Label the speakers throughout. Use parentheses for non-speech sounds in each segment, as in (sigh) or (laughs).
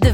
Speaker 1: The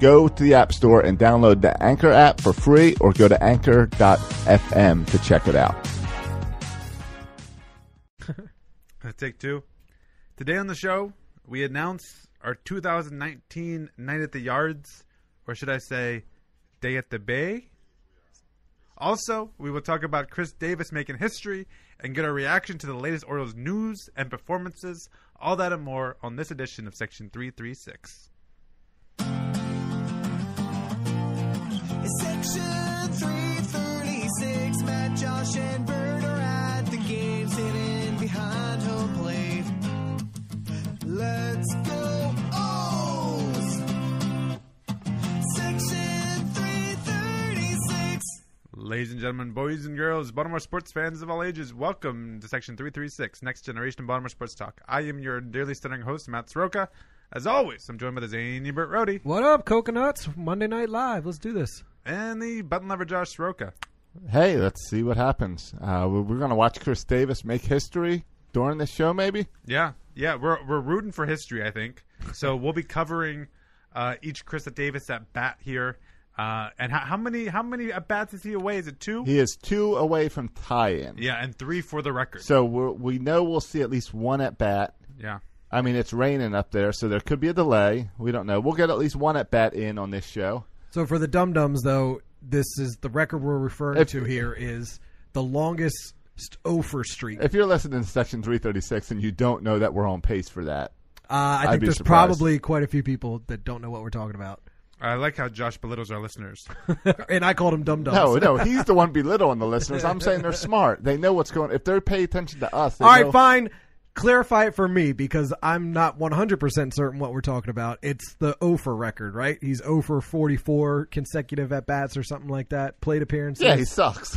Speaker 2: Go to the App Store and download the Anchor app for free or go to anchor.fm to check it out.
Speaker 3: Uh, Take two. Today on the show, we announce our 2019 Night at the Yards, or should I say, Day at the Bay. Also, we will talk about Chris Davis making history and get our reaction to the latest Orioles news and performances, all that and more on this edition of Section 336.
Speaker 4: Section 336, Matt, Josh, and Bird are at the game, sitting behind home plate. Let's go O's! Section 336.
Speaker 3: Ladies and gentlemen, boys and girls, Baltimore sports fans of all ages, welcome to Section 336, Next Generation Baltimore Sports Talk. I am your dearly stuttering host, Matt Soroka. As always, I'm joined by the zany Burt Rohde
Speaker 5: What up, coconuts? Monday Night Live. Let's do this.
Speaker 3: and the button lever Josh Soroka.
Speaker 2: Hey, let's see what happens. Uh, we're we're going to watch Chris Davis make history during this show, maybe?
Speaker 3: Yeah, yeah, we're we're rooting for history, I think. So we'll be covering uh, each Chris Davis at bat here. Uh, and how, how many how many at bats is he away? Is it two?
Speaker 2: He is two away from tie-in.
Speaker 3: yeah, and three for the record.
Speaker 2: So we're, we know we'll see at least one at bat.
Speaker 3: yeah,
Speaker 2: I mean, it's raining up there, so there could be a delay. We don't know. We'll get at least one at bat in on this show.
Speaker 5: So for the dum dums, though, this is the record we're referring
Speaker 2: If-
Speaker 5: to here is the longest st- over streak.
Speaker 2: If you're listening to Section 336 and you don't know that we're on pace for that,
Speaker 5: uh, I
Speaker 2: I'd
Speaker 5: think
Speaker 2: be
Speaker 5: there's
Speaker 2: surprised.
Speaker 5: probably quite a few people that don't know what we're
Speaker 2: (laughs)
Speaker 5: talking about.
Speaker 3: I like how Josh belittles our listeners.
Speaker 5: and I called them dum dums.
Speaker 2: no,
Speaker 5: (laughs)
Speaker 2: no, he's the one belittling the listeners. I'm saying they're smart. They know what's going. If they pay attention to us, they
Speaker 5: All right,
Speaker 2: know-
Speaker 5: fine. Clarify it for me because I'm not 100% certain what we're talking about. It's the Ofer record, right? He's Ofer 44 consecutive at bats or something like that, plate appearances.
Speaker 2: Yeah, he sucks.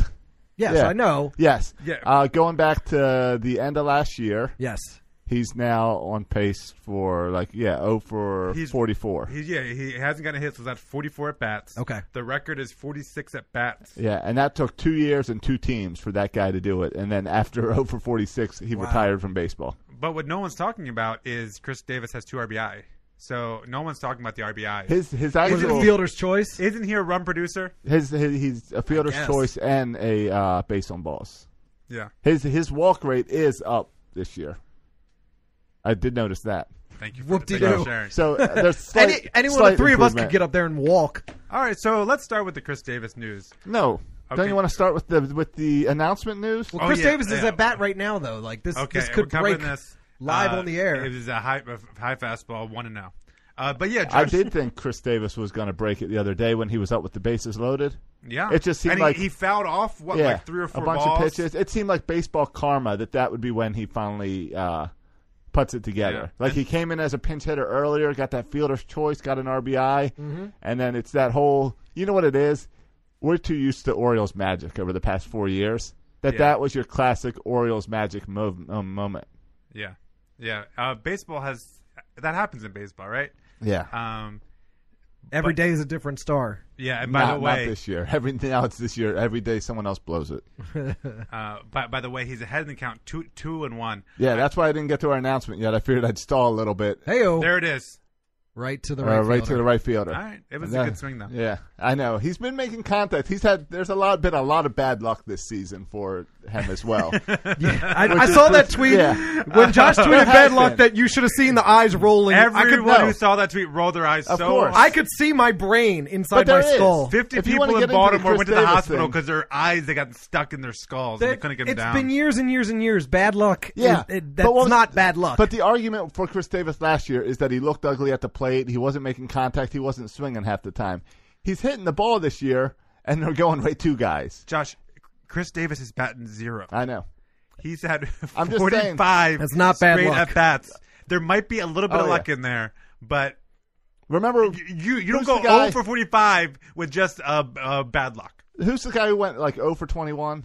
Speaker 5: yes,
Speaker 2: yeah.
Speaker 5: I know.
Speaker 2: Yes.
Speaker 3: Yeah.
Speaker 2: Uh, going back to the end of last year,
Speaker 5: Yes.
Speaker 2: he's now on pace for like yeah, oh for
Speaker 3: He's-
Speaker 2: 44.
Speaker 3: he, yeah, he hasn't gotten a hit. So that's forty four at bats.
Speaker 5: Okay.
Speaker 3: the record is forty six at bats.
Speaker 2: Yeah, and that took two years and two teams for that guy to do it. And then after (laughs) 0 for 46, he retired from baseball.
Speaker 3: But what no one's talking about is Chris Davis has two RBI. So no one's talking about the RBI.
Speaker 2: His his
Speaker 5: Was
Speaker 2: actual
Speaker 5: it fielder's choice?
Speaker 3: Isn't he a run producer?
Speaker 2: his, his he's a fielder's
Speaker 5: guess.
Speaker 2: choice and a uh, base on balls.
Speaker 3: Yeah,
Speaker 2: His his walk rate is up this year. I did notice that.
Speaker 3: thank you. For, thank you
Speaker 5: Whoop-de-doo.
Speaker 3: for sharing.
Speaker 2: So uh,
Speaker 5: (laughs)
Speaker 2: there's slight,
Speaker 5: Any, any one of
Speaker 2: slight
Speaker 5: the three of us could
Speaker 2: improvement.
Speaker 5: get up there and walk.
Speaker 3: (laughs) All right, so let's start with the Chris Davis news.
Speaker 2: No,
Speaker 3: Okay.
Speaker 2: don't you want to start with the with the announcement news?
Speaker 5: Well,
Speaker 3: Oh,
Speaker 5: Chris
Speaker 3: yeah,
Speaker 5: Davis is
Speaker 3: yeah.
Speaker 5: at bat right now, though. Like this,
Speaker 3: Okay,
Speaker 5: this
Speaker 3: we're
Speaker 5: could
Speaker 3: covering
Speaker 5: break
Speaker 3: this
Speaker 5: live
Speaker 3: Uh,
Speaker 5: on the air.
Speaker 3: It was a high high fastball, one and zero. Uh, but yeah, Josh,
Speaker 2: I did think Chris Davis was going to break it the other day when he was up with the bases loaded.
Speaker 3: Yeah,
Speaker 2: It just seemed
Speaker 3: and
Speaker 2: like-
Speaker 3: he, he fouled off what
Speaker 2: yeah,
Speaker 3: like three or four
Speaker 2: a bunch
Speaker 3: balls.
Speaker 2: of pitches. It seemed like baseball karma that that would be when he finally uh, puts it together.
Speaker 3: Yeah.
Speaker 2: Like he came in as a pinch hitter earlier, got that fielder's choice, got an RBI,
Speaker 3: Mm-hmm.
Speaker 2: and then it's that whole. You know what it is? We're too used to Orioles magic over the past four years. That
Speaker 3: Yeah.
Speaker 2: that was your classic Orioles magic mov- um, moment.
Speaker 3: Yeah, yeah. Uh, baseball has that happens in baseball, right?
Speaker 2: Yeah.
Speaker 3: Um,
Speaker 5: Every day is a different star.
Speaker 3: Yeah, and by
Speaker 2: not,
Speaker 3: the
Speaker 2: not
Speaker 3: way,
Speaker 2: this year. (laughs) Every now it's this year. Every day someone else blows
Speaker 3: (laughs)
Speaker 2: it.
Speaker 3: uh, by, by the way, he's ahead in the count two two and one.
Speaker 2: Yeah, that's why I didn't get to our announcement yet. I figured I'd stall a little bit.
Speaker 5: Heyo,
Speaker 3: There it is.
Speaker 5: right to the
Speaker 2: Uh,
Speaker 5: right,
Speaker 2: right to
Speaker 5: fielder.
Speaker 2: the right fielder.
Speaker 3: All right, it was
Speaker 2: Yeah.
Speaker 3: a good swing though.
Speaker 2: Yeah, I know. He's been making contact. He's had there's a lot been a lot of bad luck this season for him as
Speaker 3: (laughs)
Speaker 2: well.
Speaker 5: (laughs) I, I saw that tweet
Speaker 2: Yeah.
Speaker 5: when Josh tweeted
Speaker 2: It has
Speaker 5: bad luck
Speaker 2: been.
Speaker 5: that you should have seen the eyes rolling. I could,
Speaker 3: Everyone
Speaker 2: no.
Speaker 3: who saw that tweet rolled their eyes
Speaker 2: Of
Speaker 3: so
Speaker 2: course.
Speaker 3: hard.
Speaker 5: I could see my brain inside
Speaker 2: But there
Speaker 5: my
Speaker 2: is.
Speaker 5: skull.
Speaker 3: Fifty
Speaker 2: If you wanna
Speaker 3: people
Speaker 2: get
Speaker 3: in
Speaker 2: into the
Speaker 3: Baltimore
Speaker 2: Chris
Speaker 3: went to the
Speaker 2: Davis
Speaker 3: hospital
Speaker 2: thing.
Speaker 3: because their eyes they got stuck in their skulls and they couldn't get them
Speaker 5: It's
Speaker 3: down.
Speaker 5: been years and years and years. Bad luck.
Speaker 2: Yeah,
Speaker 5: It- it-
Speaker 2: But
Speaker 5: that's
Speaker 2: what was-
Speaker 5: not bad luck.
Speaker 2: But the argument for Chris Davis last year is that he looked ugly at the plate. He wasn't making contact. He wasn't swinging half the time. He's hitting the ball this year, and they're going right to guys.
Speaker 3: Josh, Chris Davis is batting zero.
Speaker 2: I know.
Speaker 3: He's had
Speaker 2: (laughs) I'm just saying.
Speaker 3: 45
Speaker 5: That's not bad
Speaker 3: straight
Speaker 5: luck.
Speaker 3: at bats. There might be a little bit
Speaker 2: Oh,
Speaker 3: of luck
Speaker 2: yeah.
Speaker 3: in there, but
Speaker 2: Remember,
Speaker 3: you you
Speaker 2: Who's
Speaker 3: don't go
Speaker 2: the guy-
Speaker 3: 0 for 45 with just uh, uh, bad luck.
Speaker 2: who's the guy who went like 0 for 21?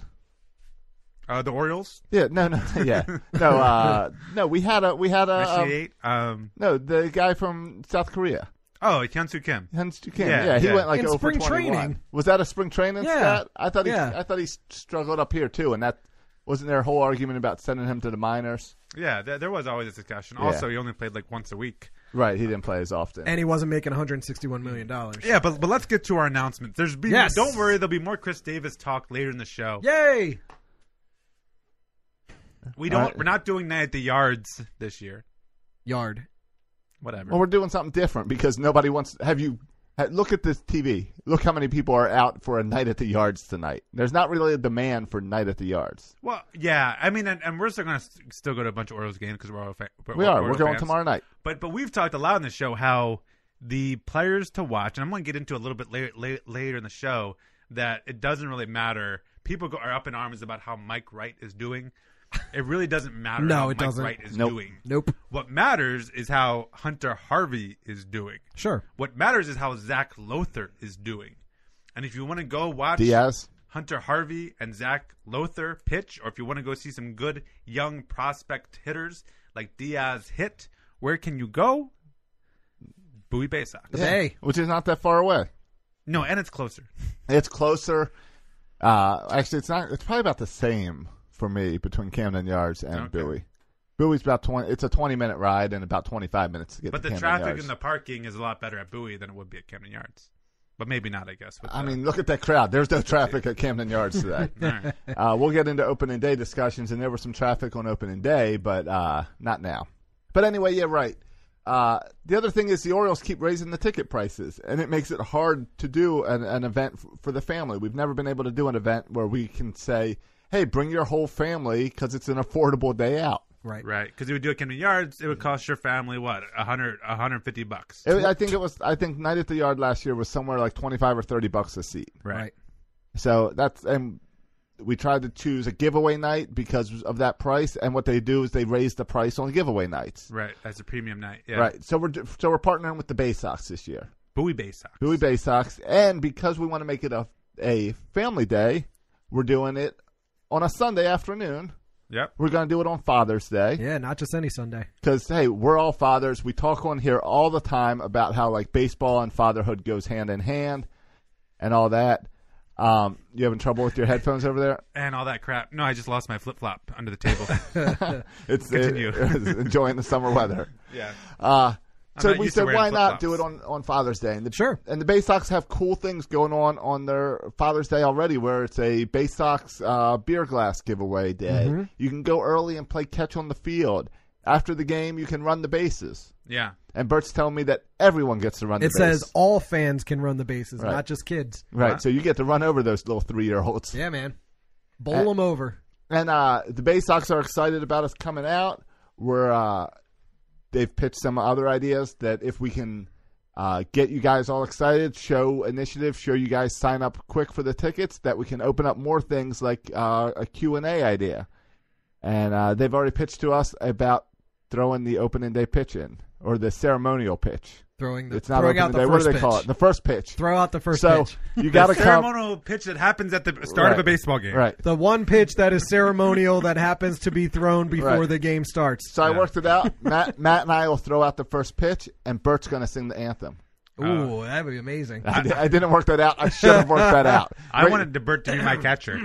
Speaker 3: Uh, the Orioles,
Speaker 2: Yeah, no, (laughs) no, yeah, no, uh, no. We had a, we had a, um,
Speaker 3: 1988. Um,
Speaker 2: no, the guy from South Korea,
Speaker 3: oh, Hyunsoo Kim.
Speaker 2: Hence you can. Yeah,
Speaker 3: Yeah,
Speaker 2: he
Speaker 3: yeah.
Speaker 2: went like
Speaker 5: In
Speaker 2: over
Speaker 5: spring
Speaker 2: 21.
Speaker 5: training.
Speaker 2: Was that a spring training
Speaker 5: Yeah.
Speaker 2: stat? I thought he,
Speaker 5: Yeah.
Speaker 2: I thought he s- struggled up here too, and that wasn't their whole argument about sending him to the minors.
Speaker 3: Yeah, there, there was always a discussion.
Speaker 2: Yeah.
Speaker 3: Also, he only played like once a week.
Speaker 2: Right, he didn't play as often.
Speaker 5: and he wasn't making 161 million dollars.
Speaker 3: Yeah, but but let's get to our announcements. There's be,
Speaker 5: Yes.
Speaker 3: don't worry, there'll be more Chris Davis talk later in the show.
Speaker 5: Yay!
Speaker 3: We don't
Speaker 2: All right.
Speaker 3: we're not doing night at the yards this year.
Speaker 5: Yard.
Speaker 3: Whatever.
Speaker 2: well, we're doing something different because nobody wants. Have you ha- look at this TV? Look how many people are out for a night at the yards tonight. There's not really a demand for night at the yards.
Speaker 3: Well, yeah, I mean, and, and we're still gonna st- still go to a bunch of Orioles games because we're all fa-
Speaker 2: We are.
Speaker 3: Oriole
Speaker 2: We're going
Speaker 3: fans.
Speaker 2: tomorrow night.
Speaker 3: But but we've talked a lot on the show how the players to watch, and I'm going to get into a little bit later later in the show that it doesn't really matter. People go, are up in arms about how Mike Wright is doing. It really doesn't matter.
Speaker 5: No,
Speaker 3: how
Speaker 5: it
Speaker 3: Mike
Speaker 5: doesn't.
Speaker 3: Wright is
Speaker 2: Nope.
Speaker 3: doing.
Speaker 5: Nope.
Speaker 3: What matters is how Hunter Harvey is doing.
Speaker 5: Sure.
Speaker 3: What matters is how Zach Lothar is doing. And if you want to go watch
Speaker 2: Diaz.
Speaker 3: Hunter Harvey and Zach Lothar pitch, or if you want to go see some good young prospect hitters like Diaz hit, where can you go? Bowie Bay Sox.
Speaker 5: The Bay.
Speaker 2: which is not that far away.
Speaker 3: No, and it's closer.
Speaker 2: It's closer. Uh, actually, it's not. It's probably about the same for me between Camden Yards and
Speaker 3: Okay.
Speaker 2: Bowie. Bowie's about twenty. It's a twenty-minute ride and about twenty-five minutes to get.
Speaker 3: But
Speaker 2: to
Speaker 3: the
Speaker 2: Camden
Speaker 3: traffic
Speaker 2: Yards.
Speaker 3: and the parking is a lot better at Bowie than it would be at Camden Yards. But maybe not, I guess. with
Speaker 2: I
Speaker 3: the-
Speaker 2: mean, look at that crowd. There's no traffic at Camden Yards today.
Speaker 3: (laughs) All right.
Speaker 2: uh, we'll get into opening day discussions, and there was some traffic on opening day, but uh, not now. But anyway, yeah, right. Uh, the other thing is the Orioles keep raising the ticket prices, and it makes it hard to do an, an event f- for the family. We've never been able to do an event where we can say, "Hey, bring your whole family" because it's an affordable day out.
Speaker 5: Right.
Speaker 3: right. Because you would do at Camden Yards, it would cost your family, what, 100, 150 bucks?
Speaker 2: It- I think it was. I think night at the yard last year was somewhere like twenty-five or thirty bucks a seat.
Speaker 5: Right.
Speaker 2: So that's and we tried to choose a giveaway night because of that price. And what they do is they raise the price on giveaway nights.
Speaker 3: Right. That's a premium night. Yeah.
Speaker 2: Right. So we're so we're partnering with the Bay Sox this year,
Speaker 3: Bowie Bay Sox.
Speaker 2: Bowie Bay Sox, and because we want to make it a a family day, we're doing it on a Sunday afternoon.
Speaker 3: Yep.
Speaker 2: We're going to do it on Father's Day
Speaker 5: Yeah, not just any Sunday.
Speaker 2: because hey, we're all fathers. We talk on here all the time about how like baseball and fatherhood goes hand in hand, and all that. Um, you having trouble with your headphones over there?
Speaker 3: And all that crap. No, I just lost my flip flop under
Speaker 2: (laughs)
Speaker 3: the table.
Speaker 2: It's
Speaker 3: Continue.
Speaker 2: (laughs) it's enjoying the summer weather.
Speaker 3: (laughs) yeah.
Speaker 2: Uh, so
Speaker 3: not
Speaker 2: we
Speaker 3: used to
Speaker 2: said,
Speaker 3: wearing
Speaker 2: why not do it
Speaker 3: flip-flops.
Speaker 2: on, on Father's Day? And the,
Speaker 5: Sure.
Speaker 2: And the Bay Sox have cool things going on on their Father's Day already, where it's a Bay Sox uh, beer glass giveaway day.
Speaker 5: Mm-hmm.
Speaker 2: You can go early and play catch on the field. After the game, you can run the bases.
Speaker 3: Yeah.
Speaker 2: And Bert's telling me that everyone gets to run. the
Speaker 5: It
Speaker 2: base.
Speaker 5: says all fans can run the bases,
Speaker 2: Right.
Speaker 5: not just kids.
Speaker 2: right, so you get to run over those little three-year-olds.
Speaker 5: Yeah, man. Bowl them over.
Speaker 2: And uh, the Bay Sox are excited about us coming out. We're uh, they've pitched some other ideas that if we can uh, get you guys all excited, show initiative, show you guys sign up quick for the tickets, that we can open up more things like uh, a Q and A idea. And uh, they've already pitched to us about throwing the opening day pitch in or the ceremonial pitch.
Speaker 5: Throwing the
Speaker 2: It's not
Speaker 5: throwing
Speaker 2: opening
Speaker 5: out the
Speaker 2: day.
Speaker 5: first
Speaker 2: What do they
Speaker 5: pitch.
Speaker 2: call it? The first pitch.
Speaker 5: Throw out the first
Speaker 2: so
Speaker 5: pitch.
Speaker 2: you got to
Speaker 3: the
Speaker 2: come
Speaker 3: ceremonial pitch that happens at the start of
Speaker 2: Right.
Speaker 3: a baseball game.
Speaker 2: right.
Speaker 5: The one pitch that is ceremonial that happens to be thrown before
Speaker 2: Right.
Speaker 5: the game starts.
Speaker 2: So I worked it out. Matt, Matt and I will throw out the first pitch, and Bert's going to sing the anthem.
Speaker 5: Ooh, that would be amazing.
Speaker 2: I, di- I didn't work that out. I should have worked that out.
Speaker 3: I
Speaker 2: right,
Speaker 3: wanted DeBert to be my catcher.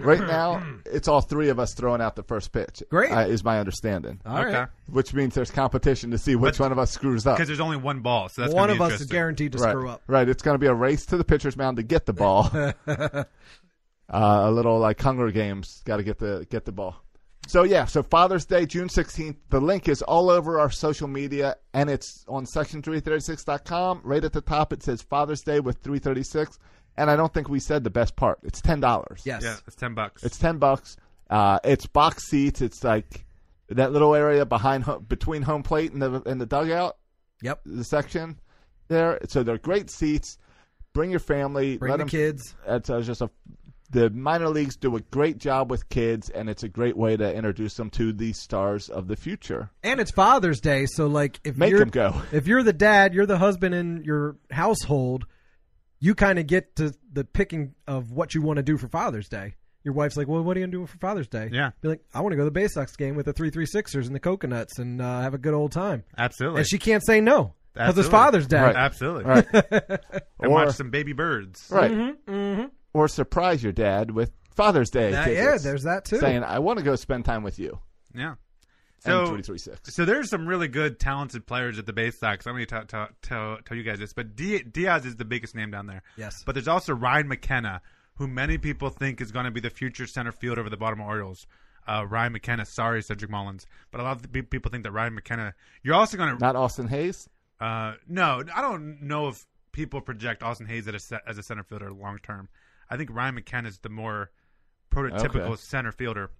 Speaker 2: right now. It's all three of us throwing out the first pitch.
Speaker 5: Great.
Speaker 2: uh, is my understanding.
Speaker 5: (clears throat) All right.
Speaker 3: Okay.
Speaker 2: Which means there's competition to see which one of us screws up.
Speaker 3: Because there's only one ball, so that's
Speaker 5: One
Speaker 3: gonna
Speaker 5: of
Speaker 3: be
Speaker 5: us is
Speaker 3: interesting.
Speaker 5: guaranteed to
Speaker 2: right.
Speaker 5: screw up.
Speaker 2: Right. It's going to be a race to the pitcher's mound to get the
Speaker 5: (laughs)
Speaker 2: ball. uh, a little like Hunger Games. Got to get the get the ball. So yeah. So Father's Day, June sixteenth. The link is all over our social media, and it's on section336.com. Right at the top, it says Father's Day with three thirty six. And I don't think we said the best part. It's ten dollars.
Speaker 5: Yes.
Speaker 3: Yeah, it's ten bucks.
Speaker 2: It's ten bucks. Uh, it's box seats. It's like that little area behind ho- between home plate and the and the dugout
Speaker 5: Yep.
Speaker 2: the section there. So they're great seats. Bring your family.
Speaker 5: Bring
Speaker 2: let
Speaker 5: the
Speaker 2: 'em-
Speaker 5: kids.
Speaker 2: It's uh, just a. The minor leagues do a great job with kids, and it's a great way to introduce them to the stars of the
Speaker 5: (laughs)
Speaker 2: future.
Speaker 5: And it's Father's Day, so like if
Speaker 2: Make
Speaker 5: you're
Speaker 2: him go.
Speaker 5: (laughs) if you're the dad, you're the husband in your household, you kind of get to the picking of what you want to do for Father's Day. Your wife's like, "Well, what are you doing for Father's Day?"
Speaker 3: Yeah.
Speaker 5: be like, "I want to go to the Bay Sox game with the three three sixers and the coconuts and uh, have a good old time."
Speaker 3: Absolutely.
Speaker 5: And she can't say no because it's
Speaker 3: Absolutely.
Speaker 5: Father's Day.
Speaker 2: Right.
Speaker 3: Absolutely.
Speaker 2: Right.
Speaker 3: and
Speaker 2: Or-
Speaker 3: watch some baby birds.
Speaker 2: Right. Or surprise your dad with Father's Day.
Speaker 5: That- yeah,
Speaker 2: tickets,
Speaker 5: there's that too.
Speaker 2: Saying, I want to go spend time with you.
Speaker 3: Yeah.
Speaker 2: And
Speaker 3: So,
Speaker 2: 336.
Speaker 3: so there's some really good, talented players at the Bay Sox. I'm going to tell tell tell you guys this, but D- Diaz is the biggest name down there.
Speaker 5: Yes.
Speaker 3: But there's also Ryan McKenna, who many people think is going to be the future center fielder for the Baltimore Orioles. Uh, Ryan McKenna, sorry, Cedric Mullins, but a lot of the pe- people think that Ryan McKenna. You're also going to
Speaker 2: Not Austin Hayes?
Speaker 3: Uh, no, I don't know if people project Austin Hayes as a, ce- as a center fielder long term. I think Ryan McKenna is the more prototypical
Speaker 2: Okay.
Speaker 3: center fielder.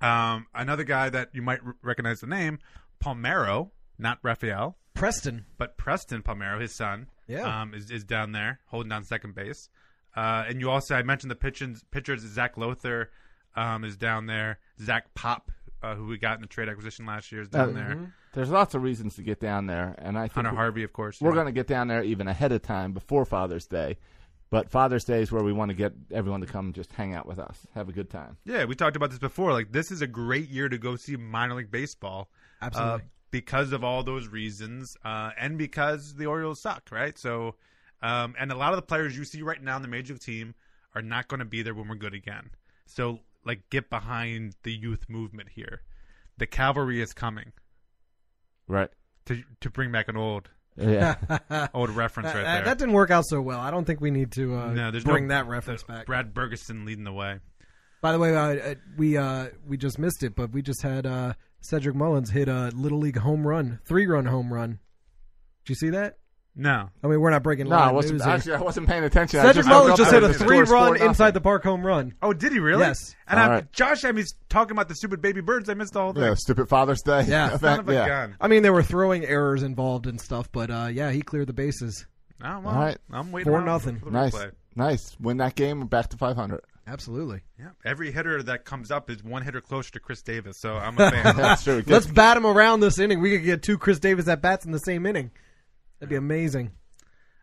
Speaker 3: Um, another guy that you might r recognize the name, Palmero, not Rafael,
Speaker 5: Preston,
Speaker 3: but Preston Palmero, his son,
Speaker 5: Yeah.
Speaker 3: um, is, is down there holding down second base. Uh, and you also, I mentioned the pitchers, pitchers Zach Lothar um, is down there. Zach Pop, uh, who we got in the trade acquisition last year, is down
Speaker 2: Uh,
Speaker 3: there.
Speaker 2: There's lots of reasons to get down there, and I think
Speaker 3: Hunter
Speaker 2: we-
Speaker 3: Harvey, of course.
Speaker 2: We're
Speaker 3: yeah.
Speaker 2: going to get down there even ahead of time before Father's Day. But Father's Day is where we want to get everyone to come just hang out with us, have a good time.
Speaker 3: Yeah, we talked about this before. Like, this is a great year to go see minor league baseball.
Speaker 5: Absolutely.
Speaker 3: uh, because of all those reasons uh, and because the Orioles suck, right? So, um, and a lot of the players you see right now in the major league team are not going to be there when we're good again. So, like, get behind the youth movement here. The cavalry is coming
Speaker 5: (laughs)
Speaker 2: Right.
Speaker 3: to to bring back an old
Speaker 2: Yeah.
Speaker 3: old reference right
Speaker 5: Uh, That-
Speaker 3: there.
Speaker 5: that didn't work out so well. I don't think we need to uh,
Speaker 3: no, there's
Speaker 5: bring
Speaker 3: no,
Speaker 5: that reference back.
Speaker 3: Brad Bergeson leading the way.
Speaker 5: By the way, uh, uh, we uh, we just missed it, but we just had uh, Cedric Mullins hit a little league home run, three run home run. Did you see that?
Speaker 3: No,
Speaker 5: I mean, we're not breaking.
Speaker 2: no, I
Speaker 5: live
Speaker 2: wasn't.
Speaker 5: news here.
Speaker 2: Actually, I wasn't paying attention. I
Speaker 5: Cedric
Speaker 2: just looked
Speaker 5: Mullins just
Speaker 2: up
Speaker 5: hit
Speaker 2: and
Speaker 5: a
Speaker 2: the
Speaker 5: three
Speaker 2: score's
Speaker 5: run
Speaker 2: 4-0.
Speaker 5: inside the park home run.
Speaker 3: Oh, did he really?
Speaker 5: Yes.
Speaker 3: And
Speaker 2: All
Speaker 3: I,
Speaker 2: right.
Speaker 3: Josh, I mean, he's talking about the stupid baby birds. I missed the whole thing.
Speaker 2: Yeah, stupid Father's Day. (laughs)
Speaker 5: Yeah.
Speaker 2: event.
Speaker 3: Son of a
Speaker 2: yeah.
Speaker 3: gun.
Speaker 5: I mean, there were throwing errors involved and stuff, but uh, yeah, he cleared the bases.
Speaker 3: Oh, well,
Speaker 2: All right.
Speaker 3: I'm waiting
Speaker 5: Four
Speaker 3: around
Speaker 5: nothing.
Speaker 3: for the
Speaker 2: Nice,
Speaker 3: replay.
Speaker 2: nice. Win that game. Back to five
Speaker 5: (laughs)
Speaker 2: hundred.
Speaker 5: Absolutely.
Speaker 3: Yeah. Every hitter that comes up is one hitter closer to Chris Davis, so I'm
Speaker 2: (laughs)
Speaker 3: a fan.
Speaker 2: That's true. Good.
Speaker 5: Let's bat him around this inning. We could get two Chris Davis at bats in the same inning. That'd be amazing.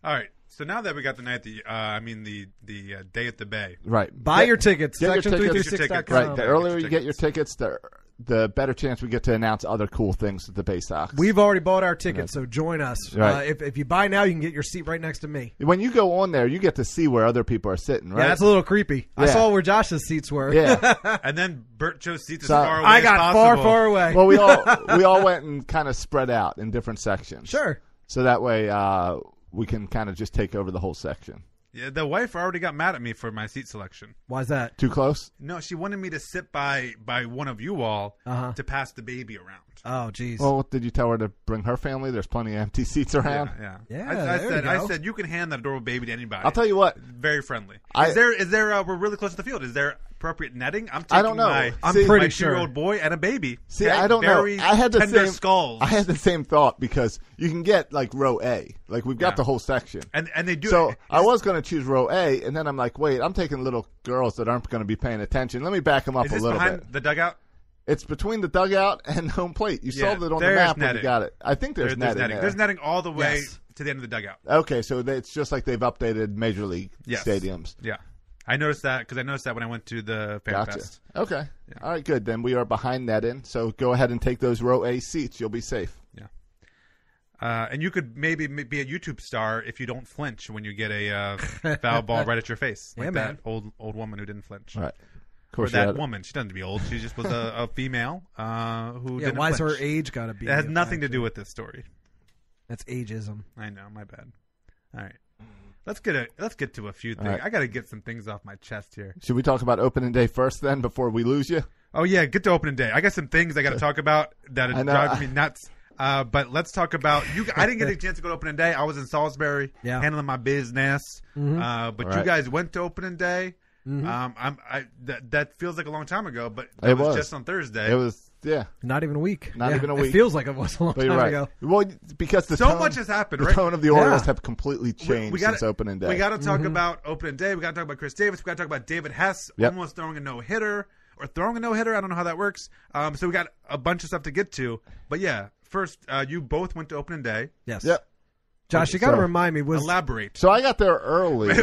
Speaker 3: All right. So now that we got the night, the uh, I mean the the uh, day at
Speaker 2: (laughs)
Speaker 3: the bay.
Speaker 2: right.
Speaker 5: Buy
Speaker 2: Get-
Speaker 5: your tickets.
Speaker 2: get your
Speaker 5: Section
Speaker 2: tickets.
Speaker 5: three three
Speaker 3: Get your
Speaker 5: six dot
Speaker 3: tickets.
Speaker 2: Right.
Speaker 5: com.
Speaker 2: The
Speaker 3: Get your
Speaker 2: earlier you get your
Speaker 3: tickets.
Speaker 2: tickets, the the better chance we get to announce other cool things at the Bay Sox.
Speaker 5: We've already bought our tickets, so join us. Uh,
Speaker 2: Right.
Speaker 5: if, if you buy now, you can get your seat right next to me.
Speaker 2: when you go on there, you get to see where other people are sitting. Right.
Speaker 5: Yeah, that's a little creepy. I
Speaker 2: Yeah.
Speaker 5: saw where Josh's seats were. (laughs)
Speaker 2: Yeah.
Speaker 3: And then Bert chose seats as
Speaker 2: So-
Speaker 3: far away
Speaker 5: I
Speaker 3: as
Speaker 5: got far,
Speaker 3: possible.
Speaker 5: far away.
Speaker 2: well,
Speaker 5: (laughs)
Speaker 2: we
Speaker 3: (laughs)
Speaker 2: all we all went and kind of spread out in different sections.
Speaker 5: sure.
Speaker 2: So that way uh, we can kind of just take over the whole section.
Speaker 3: Yeah, the wife already got mad at me for my seat selection.
Speaker 5: Why's that?
Speaker 2: Too close?
Speaker 3: No, she wanted me to sit by by one of you all
Speaker 5: Uh-huh.
Speaker 3: to pass the baby around.
Speaker 5: Oh, jeez.
Speaker 2: Well, did you tell her to bring her family? There's plenty of empty seats around.
Speaker 3: Yeah.
Speaker 5: Yeah,
Speaker 3: I, I
Speaker 5: there
Speaker 3: said
Speaker 5: you
Speaker 3: I
Speaker 5: go.
Speaker 3: said you can hand that adorable baby to anybody.
Speaker 2: I'll tell you what.
Speaker 3: very friendly.
Speaker 2: I-
Speaker 3: is there is there uh, we're really close to the field. Is there appropriate netting? I'm taking
Speaker 2: I don't know.
Speaker 3: My,
Speaker 2: I'm
Speaker 3: my
Speaker 5: pretty
Speaker 3: two-year-old
Speaker 5: sure.
Speaker 3: boy and a baby.
Speaker 2: See,
Speaker 3: Okay?
Speaker 2: I don't
Speaker 3: Very
Speaker 2: know. I had the
Speaker 3: tender
Speaker 2: same
Speaker 3: skulls.
Speaker 2: I had the same thought because you can get like row A. Like we've got
Speaker 3: Yeah.
Speaker 2: the whole section.
Speaker 3: and and they do.
Speaker 2: so I was going to choose row A, and then I'm like, wait, I'm taking little girls that aren't going to be paying attention. Let me back them up
Speaker 3: Is
Speaker 2: a
Speaker 3: this
Speaker 2: little
Speaker 3: behind
Speaker 2: bit.
Speaker 3: the dugout?
Speaker 2: It's between the dugout and home plate. You
Speaker 3: Yeah,
Speaker 2: solved it on the
Speaker 3: there's
Speaker 2: map when
Speaker 3: netting.
Speaker 2: you got it. I think there's,
Speaker 3: There- there's
Speaker 2: netting.
Speaker 3: netting.
Speaker 2: there.
Speaker 3: There's netting all the way
Speaker 5: Yes.
Speaker 3: to the end of the dugout.
Speaker 2: Okay, so they- it's just like they've updated major league
Speaker 3: Yes.
Speaker 2: stadiums.
Speaker 3: Yeah, I noticed that because I noticed that when I went to the fan
Speaker 2: Gotcha.
Speaker 3: fest.
Speaker 2: Okay. All right, good. Then we are behind that in. So go ahead and take those row A seats. You'll be safe.
Speaker 3: Uh, and you could maybe m- be a YouTube star if you don't flinch when you get a uh, foul ball
Speaker 5: (laughs)
Speaker 3: right at your face, like
Speaker 5: Yeah,
Speaker 3: that
Speaker 5: man.
Speaker 3: old old woman who didn't flinch.
Speaker 2: Right. Of
Speaker 3: Or
Speaker 2: course, you
Speaker 3: that
Speaker 2: had-
Speaker 3: woman. She doesn't be old. She just was a, a female uh, who
Speaker 5: Yeah,
Speaker 3: didn't
Speaker 5: why's her
Speaker 3: flinch.
Speaker 5: age got to be?
Speaker 3: It has
Speaker 5: a
Speaker 3: nothing to
Speaker 5: factor?
Speaker 3: do with this story.
Speaker 5: That's ageism.
Speaker 3: I know, my bad. All right. Let's get a let's get to a few things.
Speaker 2: right.
Speaker 3: I got to get some things off my chest here.
Speaker 2: Should we talk about opening day first then before we lose you?
Speaker 3: Oh yeah, get to opening day. I got some things I got to talk about that
Speaker 2: (laughs) I
Speaker 3: are
Speaker 2: know.
Speaker 3: driving me nuts. Uh, but let's talk about you. I didn't get
Speaker 5: (laughs)
Speaker 3: a chance to go to opening day. I was in Salisbury
Speaker 5: Yeah. Mm-hmm.
Speaker 3: handling my business. Uh, but you
Speaker 2: Right.
Speaker 3: guys went to opening day. Um, I'm, I that that feels like a long time ago, but that
Speaker 2: It
Speaker 3: was,
Speaker 2: was.
Speaker 3: just on Thursday.
Speaker 2: It was yeah.
Speaker 5: Not even a week.
Speaker 2: Not
Speaker 5: Yeah,
Speaker 2: even a
Speaker 5: It
Speaker 2: week.
Speaker 5: feels like it was a long
Speaker 2: But
Speaker 5: time
Speaker 2: you're right.
Speaker 5: ago.
Speaker 2: Well, because the
Speaker 3: So
Speaker 2: tone-
Speaker 3: much has happened,
Speaker 2: The
Speaker 3: right?
Speaker 2: tone of the Orioles
Speaker 5: Yeah.
Speaker 2: have completely changed since opening day.
Speaker 3: We got to talk
Speaker 5: Mm-hmm.
Speaker 3: about opening day. We got to talk about Chris Davis. We got to talk about David Hess
Speaker 2: Yep.
Speaker 3: almost throwing a no hitter or throwing a no hitter. I don't know how that works. Um, so we got a bunch of stuff to get to. But yeah, first, uh, you both went to opening day.
Speaker 5: Yes.
Speaker 2: Yep.
Speaker 5: Josh, you got to
Speaker 2: So-
Speaker 5: remind me. Was
Speaker 3: Elaborate. (laughs)
Speaker 2: So I got there early.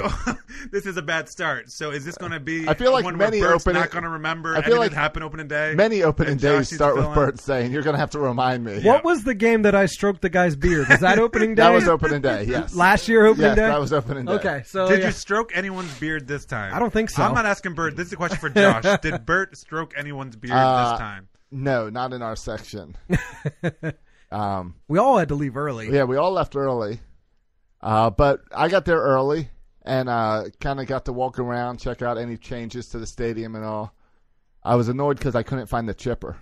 Speaker 3: this is a bad start. So is this going to be?
Speaker 2: I feel like
Speaker 3: one
Speaker 2: many
Speaker 3: where Bert's
Speaker 2: opening-
Speaker 3: not going to remember.
Speaker 2: I feel
Speaker 3: anything
Speaker 2: like
Speaker 3: that happened opening day.
Speaker 2: Many opening
Speaker 3: and Josh
Speaker 2: days
Speaker 3: needs to
Speaker 2: start with
Speaker 3: fill in?
Speaker 2: Bert saying, "You're going to have to remind me."
Speaker 5: what was the game that I stroked the guy's beard?
Speaker 2: (laughs)
Speaker 5: Was that opening day?
Speaker 2: That was opening day. Yes.
Speaker 5: Last year opening
Speaker 2: yes,
Speaker 5: day.
Speaker 2: that was opening day.
Speaker 5: Okay, so
Speaker 3: Did
Speaker 5: Oh, yeah.
Speaker 3: you stroke anyone's beard this time?
Speaker 5: I don't think so.
Speaker 3: I'm not asking Bert. This is a question for
Speaker 5: (laughs)
Speaker 3: Josh. Did Bert stroke anyone's beard
Speaker 2: Uh,
Speaker 3: this time?
Speaker 2: No, not in our section. (laughs) um,
Speaker 5: we all had to leave early.
Speaker 2: yeah, we all left early, uh, but I got there early and uh, kind of got to walk around, check out any changes to the stadium and all. I was annoyed because I couldn't find the chipper.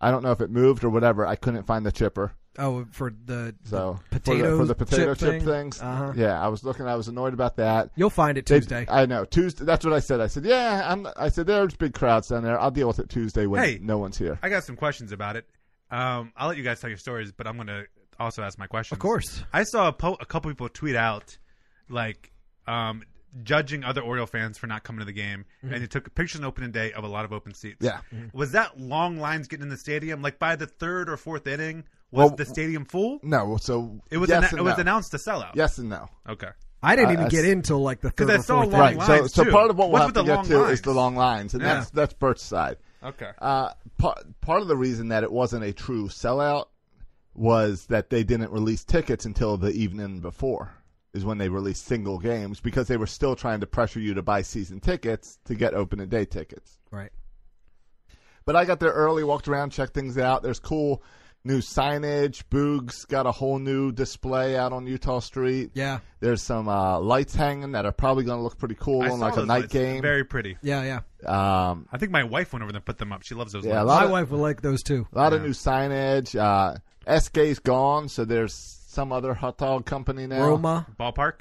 Speaker 2: I don't know if it moved or whatever. I couldn't find the chipper.
Speaker 5: Oh, for the, the
Speaker 2: So
Speaker 5: potato
Speaker 2: for the, for the potato
Speaker 5: chip,
Speaker 2: chip,
Speaker 5: thing?
Speaker 2: things,
Speaker 5: Uh-huh.
Speaker 2: yeah, I was looking. I was annoyed about that.
Speaker 5: You'll find it
Speaker 2: They-
Speaker 5: Tuesday.
Speaker 2: I know Tuesday. That's what I said. I said, yeah. I'm, I said there's big crowds down there. I'll deal with it Tuesday when
Speaker 3: Hey.
Speaker 2: no one's here.
Speaker 3: I got some questions about it. Um, I'll let you guys tell your stories, but I'm going to also ask my questions.
Speaker 5: Of course.
Speaker 3: I saw a, po- a couple people tweet out, like, um, judging other Oriole fans for not coming to the game, and they took pictures on opening day of a lot of open seats.
Speaker 2: Mm-hmm. Yeah.
Speaker 3: Was that long lines getting in the stadium? Like, by the third or fourth inning, was
Speaker 2: Well,
Speaker 3: the stadium full?
Speaker 2: No, so
Speaker 3: It was,
Speaker 2: yes
Speaker 3: anno-
Speaker 2: and
Speaker 3: it was
Speaker 2: no.
Speaker 3: announced to sell out.
Speaker 2: Yes and no.
Speaker 3: Okay.
Speaker 5: I didn't
Speaker 2: I-
Speaker 5: even
Speaker 2: I
Speaker 5: get
Speaker 2: s-
Speaker 5: in till like the third
Speaker 3: I
Speaker 5: or
Speaker 3: saw
Speaker 5: fourth
Speaker 3: long
Speaker 5: inning.
Speaker 2: Right.
Speaker 3: lines,
Speaker 2: So, so
Speaker 3: too.
Speaker 2: part of what we'll
Speaker 3: What's
Speaker 2: have to
Speaker 3: with the
Speaker 2: get
Speaker 3: long
Speaker 2: to
Speaker 3: lines?
Speaker 2: is the long lines, and
Speaker 3: Yeah.
Speaker 2: that's that's Bert's side.
Speaker 3: Okay.
Speaker 2: Uh, part part of the reason that it wasn't a true sellout was that they didn't release tickets until the evening before is when they released single games because they were still trying to pressure you to buy season tickets to get opening day tickets.
Speaker 5: Right.
Speaker 2: But I got there early, walked around, checked things out. There's cool new signage. Boog's got a whole new display out on Utah Street.
Speaker 5: Yeah.
Speaker 2: There's some uh, lights hanging that are probably going to look pretty cool
Speaker 3: I
Speaker 2: on
Speaker 3: saw
Speaker 2: like a
Speaker 3: those
Speaker 2: night
Speaker 3: lights.
Speaker 2: game.
Speaker 3: Very pretty.
Speaker 5: Yeah. Yeah.
Speaker 2: um,
Speaker 3: I think my wife went over there and put them up. She loves those.
Speaker 2: yeah, a
Speaker 3: lights.
Speaker 2: lot
Speaker 5: My
Speaker 2: of,
Speaker 5: wife would like those too.
Speaker 2: a lot of new signage. Uh, SK's gone, so there's some other hot dog company now.
Speaker 5: Roma.
Speaker 3: Ballpark.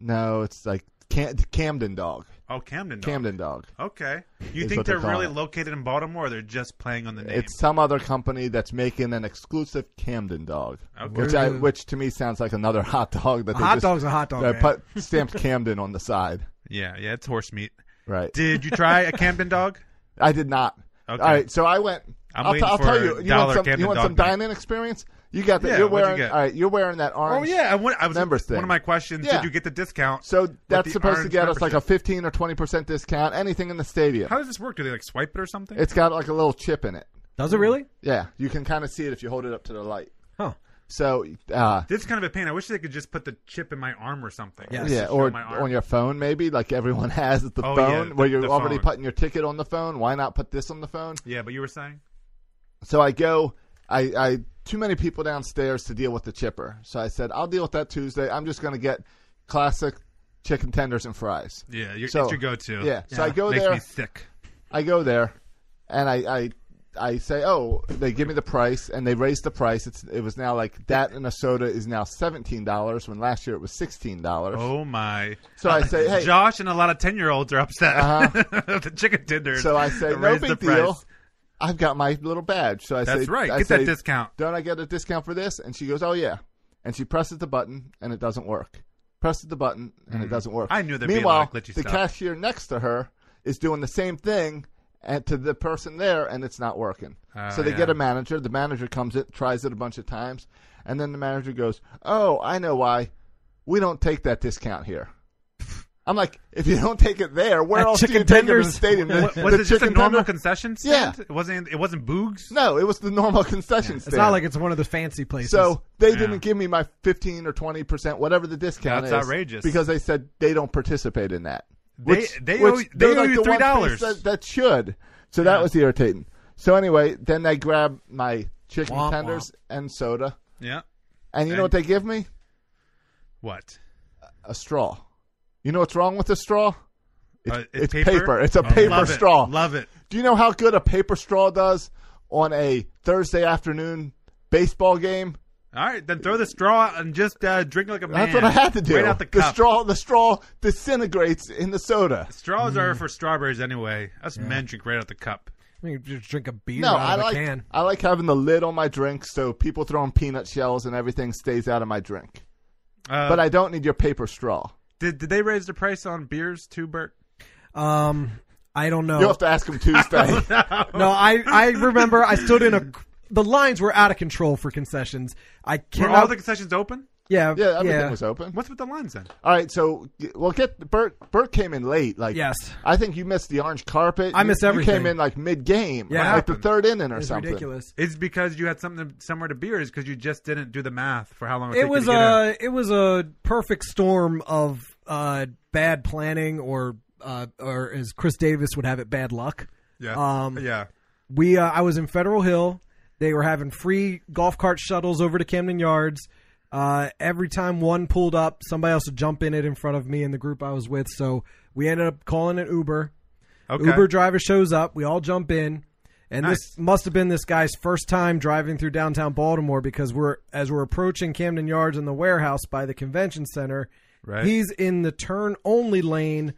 Speaker 2: No, it's like Cam- Camden Dog.
Speaker 3: Oh, Camden. Dog.
Speaker 2: Camden Dog.
Speaker 3: Okay. You
Speaker 2: Is
Speaker 3: think
Speaker 2: what they
Speaker 3: they're
Speaker 2: call
Speaker 3: really
Speaker 2: it.
Speaker 3: located in Baltimore, or they're just playing on the name?
Speaker 2: It's some other company that's making an exclusive Camden dog,
Speaker 3: Okay.
Speaker 2: which I, which to me sounds like another (laughs) hot dog that
Speaker 5: A
Speaker 2: they
Speaker 5: hot
Speaker 2: just-
Speaker 5: dog's a hot dog,
Speaker 2: They
Speaker 5: man.
Speaker 2: put
Speaker 3: (laughs)
Speaker 2: stamped Camden on the side,
Speaker 3: yeah, yeah, it's horse meat.
Speaker 2: right?
Speaker 3: Did you try a Camden dog?
Speaker 2: I did not.
Speaker 3: Okay.
Speaker 2: All right, so I went.
Speaker 3: I'm
Speaker 2: will
Speaker 3: waiting
Speaker 2: I'll
Speaker 3: for
Speaker 2: tell
Speaker 3: a
Speaker 2: you. You
Speaker 3: dollar
Speaker 2: want some,
Speaker 3: Camden
Speaker 2: you want some
Speaker 3: dog meat.
Speaker 2: dine-in experience? You got that.
Speaker 3: Yeah,
Speaker 2: you're
Speaker 3: what'd you
Speaker 2: wearing.
Speaker 3: get?
Speaker 2: All right, you're wearing that
Speaker 3: (laughs) Oh
Speaker 2: orange.
Speaker 3: yeah, I, went, I was
Speaker 2: members thing.
Speaker 3: One of my questions:
Speaker 2: Yeah.
Speaker 3: Did you get the discount?
Speaker 2: So
Speaker 3: with
Speaker 2: that's
Speaker 3: the
Speaker 2: supposed to
Speaker 3: orange
Speaker 2: get us like a
Speaker 3: membership?
Speaker 2: fifteen or twenty percent discount. Anything in the stadium.
Speaker 3: How does this work? Do they like swipe it or something?
Speaker 2: It's got like a little chip in it.
Speaker 5: Does it really?
Speaker 2: Yeah, you can kind of see it if you hold it up to the light.
Speaker 5: Huh.
Speaker 2: So uh,
Speaker 3: this is kind of a pain. I wish they could just put the chip in my arm or something.
Speaker 5: Yes.
Speaker 3: Just
Speaker 2: yeah,
Speaker 3: show
Speaker 2: or
Speaker 3: my arm.
Speaker 2: on your phone maybe, like everyone (laughs) has the
Speaker 3: Oh, yeah,
Speaker 2: phone
Speaker 3: the-
Speaker 2: where you're
Speaker 3: the
Speaker 2: already
Speaker 3: phone.
Speaker 2: putting your ticket on the phone. Why not put this on the phone?
Speaker 3: Yeah, but you were saying
Speaker 2: So I go, I, I too many people downstairs to deal with the chipper. So I said, I'll deal with that Tuesday. I'm just going to get classic chicken tenders and fries.
Speaker 3: yeah, you're,
Speaker 2: So-
Speaker 3: it's your go-to.
Speaker 2: yeah, so I go
Speaker 3: Makes
Speaker 2: there-
Speaker 3: me sick.
Speaker 2: I go there, and I, I I say, oh, they give me the price, and they raised the price. It's it was now like that and a soda is now seventeen dollars when last year it was sixteen dollars.
Speaker 3: Oh my! Uh,
Speaker 2: So I say, hey, Uh-huh.
Speaker 3: Josh and a lot of ten-year-olds are upset. (laughs) the chicken tenders.
Speaker 2: so I say, no
Speaker 3: raised the
Speaker 2: big
Speaker 3: price.
Speaker 2: deal. I've got my little badge, so I say,
Speaker 3: That's right.
Speaker 2: I
Speaker 3: Get that
Speaker 2: say,
Speaker 3: discount.
Speaker 2: Don't I get a discount for this? And she goes, oh yeah, and she presses the button, and it doesn't work. Presses the button, and it doesn't work.
Speaker 3: Mm. I knew there'd be a lot
Speaker 2: Meanwhile,
Speaker 3: of glitchy
Speaker 2: the
Speaker 3: stuff.
Speaker 2: cashier next to her is doing the same thing. And to the person there, and it's not working.
Speaker 3: Oh,
Speaker 2: so they
Speaker 3: yeah.
Speaker 2: get a manager. The manager comes in, tries it a bunch of times, and then the manager goes, "Oh, I know why. We don't take that discount here." (laughs) I'm like, if you don't take it there, where
Speaker 5: At
Speaker 2: else do you
Speaker 5: chicken
Speaker 2: take it in the
Speaker 5: tenders?
Speaker 2: stadium? (laughs) The, the
Speaker 3: was it just a
Speaker 2: chicken
Speaker 3: normal
Speaker 2: tender?
Speaker 3: concession
Speaker 2: Yeah.
Speaker 3: stand? It wasn't. It wasn't Boogs.
Speaker 2: No, it was the normal (laughs) concession stand.
Speaker 5: It's not like it's one of the fancy places.
Speaker 2: So they
Speaker 3: Yeah.
Speaker 2: didn't give me my fifteen or twenty percent, whatever the discount
Speaker 3: That's
Speaker 2: is,
Speaker 3: outrageous.
Speaker 2: because they said they don't participate in that.
Speaker 3: They- they owe- they
Speaker 2: they're
Speaker 3: owe you
Speaker 2: the one
Speaker 3: $3.
Speaker 2: place That, that should. So that was irritating. So anyway, then they grabbed my chicken
Speaker 5: Womp
Speaker 2: tenders and soda,
Speaker 3: Yeah.
Speaker 2: and you
Speaker 3: And-
Speaker 2: know what they give me?
Speaker 3: What?
Speaker 2: A straw. You know what's wrong with a straw?
Speaker 3: Uh, Oh,
Speaker 2: it's paper. It's a paper
Speaker 3: love
Speaker 2: straw.
Speaker 3: It. Love it.
Speaker 2: Do you know how good a paper straw does on a Thursday afternoon baseball game?
Speaker 3: All right, then throw the straw out and just uh, drink like a man.
Speaker 2: That's what I had to do.
Speaker 3: Right out the cup.
Speaker 2: straw, the straw disintegrates in the soda.
Speaker 3: Straws are
Speaker 2: Mm.
Speaker 3: for strawberries anyway. Us men drink right out the cup.
Speaker 5: I mean, you just drink a beer
Speaker 2: No,
Speaker 5: out
Speaker 2: I
Speaker 5: of a
Speaker 2: like
Speaker 5: can.
Speaker 2: I like having the lid on my drink, so people throwing peanut shells and everything stays out of my drink.
Speaker 3: Uh,
Speaker 2: but I don't need your paper straw.
Speaker 3: did did they raise the price on beers too, Bert?
Speaker 5: Um, I don't know.
Speaker 2: You'll have to ask him
Speaker 5: (laughs)
Speaker 2: Tuesday. (laughs)
Speaker 5: no, I I remember I stood in a. The lines were out of control for concessions. I
Speaker 3: Were
Speaker 5: cannot.
Speaker 3: all the concessions open?
Speaker 5: yeah,
Speaker 2: yeah, everything was open.
Speaker 3: What's with the lines then?
Speaker 2: All right, so well, get Bert. Bert came in late. Like,
Speaker 5: Yes.
Speaker 2: I think you missed the orange carpet.
Speaker 5: I
Speaker 2: You-
Speaker 5: missed
Speaker 2: You came
Speaker 5: everything.
Speaker 2: in like mid game,
Speaker 5: Yeah.
Speaker 2: like the
Speaker 3: Happened.
Speaker 2: third inning or
Speaker 5: It was
Speaker 2: something.
Speaker 5: ridiculous.
Speaker 3: It's because you had something somewhere to beers because you just didn't do the math for how long it,
Speaker 5: It was
Speaker 3: you
Speaker 5: uh,
Speaker 3: to get in.
Speaker 5: a it was a perfect storm of uh, bad planning, or uh, or as Chris Davis would have it, bad luck.
Speaker 3: yeah,
Speaker 5: um,
Speaker 3: yeah.
Speaker 5: We uh, I was in Federal Hill. They were having free golf cart shuttles over to Camden Yards. Uh, every time one pulled up, somebody else would jump in it in front of me and the group I was with. So we ended up calling an Uber.
Speaker 3: Okay.
Speaker 5: Uber driver shows up. We all jump in. And
Speaker 3: Nice.
Speaker 5: this must have been this guy's first time driving through downtown Baltimore because we're as we're approaching Camden Yards and the warehouse by the convention center,
Speaker 3: Right.
Speaker 5: he's in the turn only lane,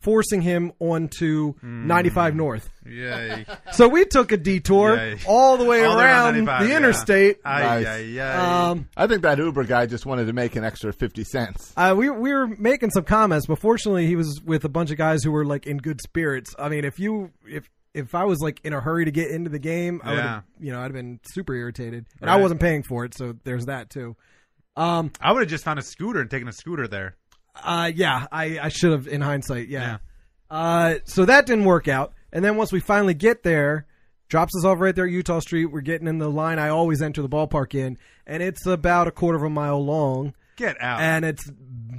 Speaker 5: forcing him onto
Speaker 3: Hmm.
Speaker 5: 95 North.
Speaker 3: Yay.
Speaker 5: So we took a detour
Speaker 3: Yay.
Speaker 5: all the way
Speaker 3: All
Speaker 5: around
Speaker 3: 95,
Speaker 5: the
Speaker 3: yeah.
Speaker 5: interstate.
Speaker 3: Aye,
Speaker 2: Nice.
Speaker 3: aye, aye.
Speaker 5: Um,
Speaker 2: I think that Uber guy just wanted to make an extra fifty cents.
Speaker 5: Uh, we we were making some comments, but fortunately, he was with a bunch of guys who were like in good spirits. I mean, if you if if I was like in a hurry to get into the game, I
Speaker 3: Yeah.
Speaker 5: would you know I'd have been super irritated, and I
Speaker 3: Right.
Speaker 5: wasn't paying for it, so there's that too. Um,
Speaker 3: I would have just found a scooter and taken a scooter there.
Speaker 5: uh, yeah, I I should have in hindsight, yeah. Uh, so that didn't work out, and then once we finally get there. Drops us off right there at Utah Street. We're getting in the line I always enter the ballpark in, and it's about a quarter of a mile long.
Speaker 3: Get out.
Speaker 5: and it's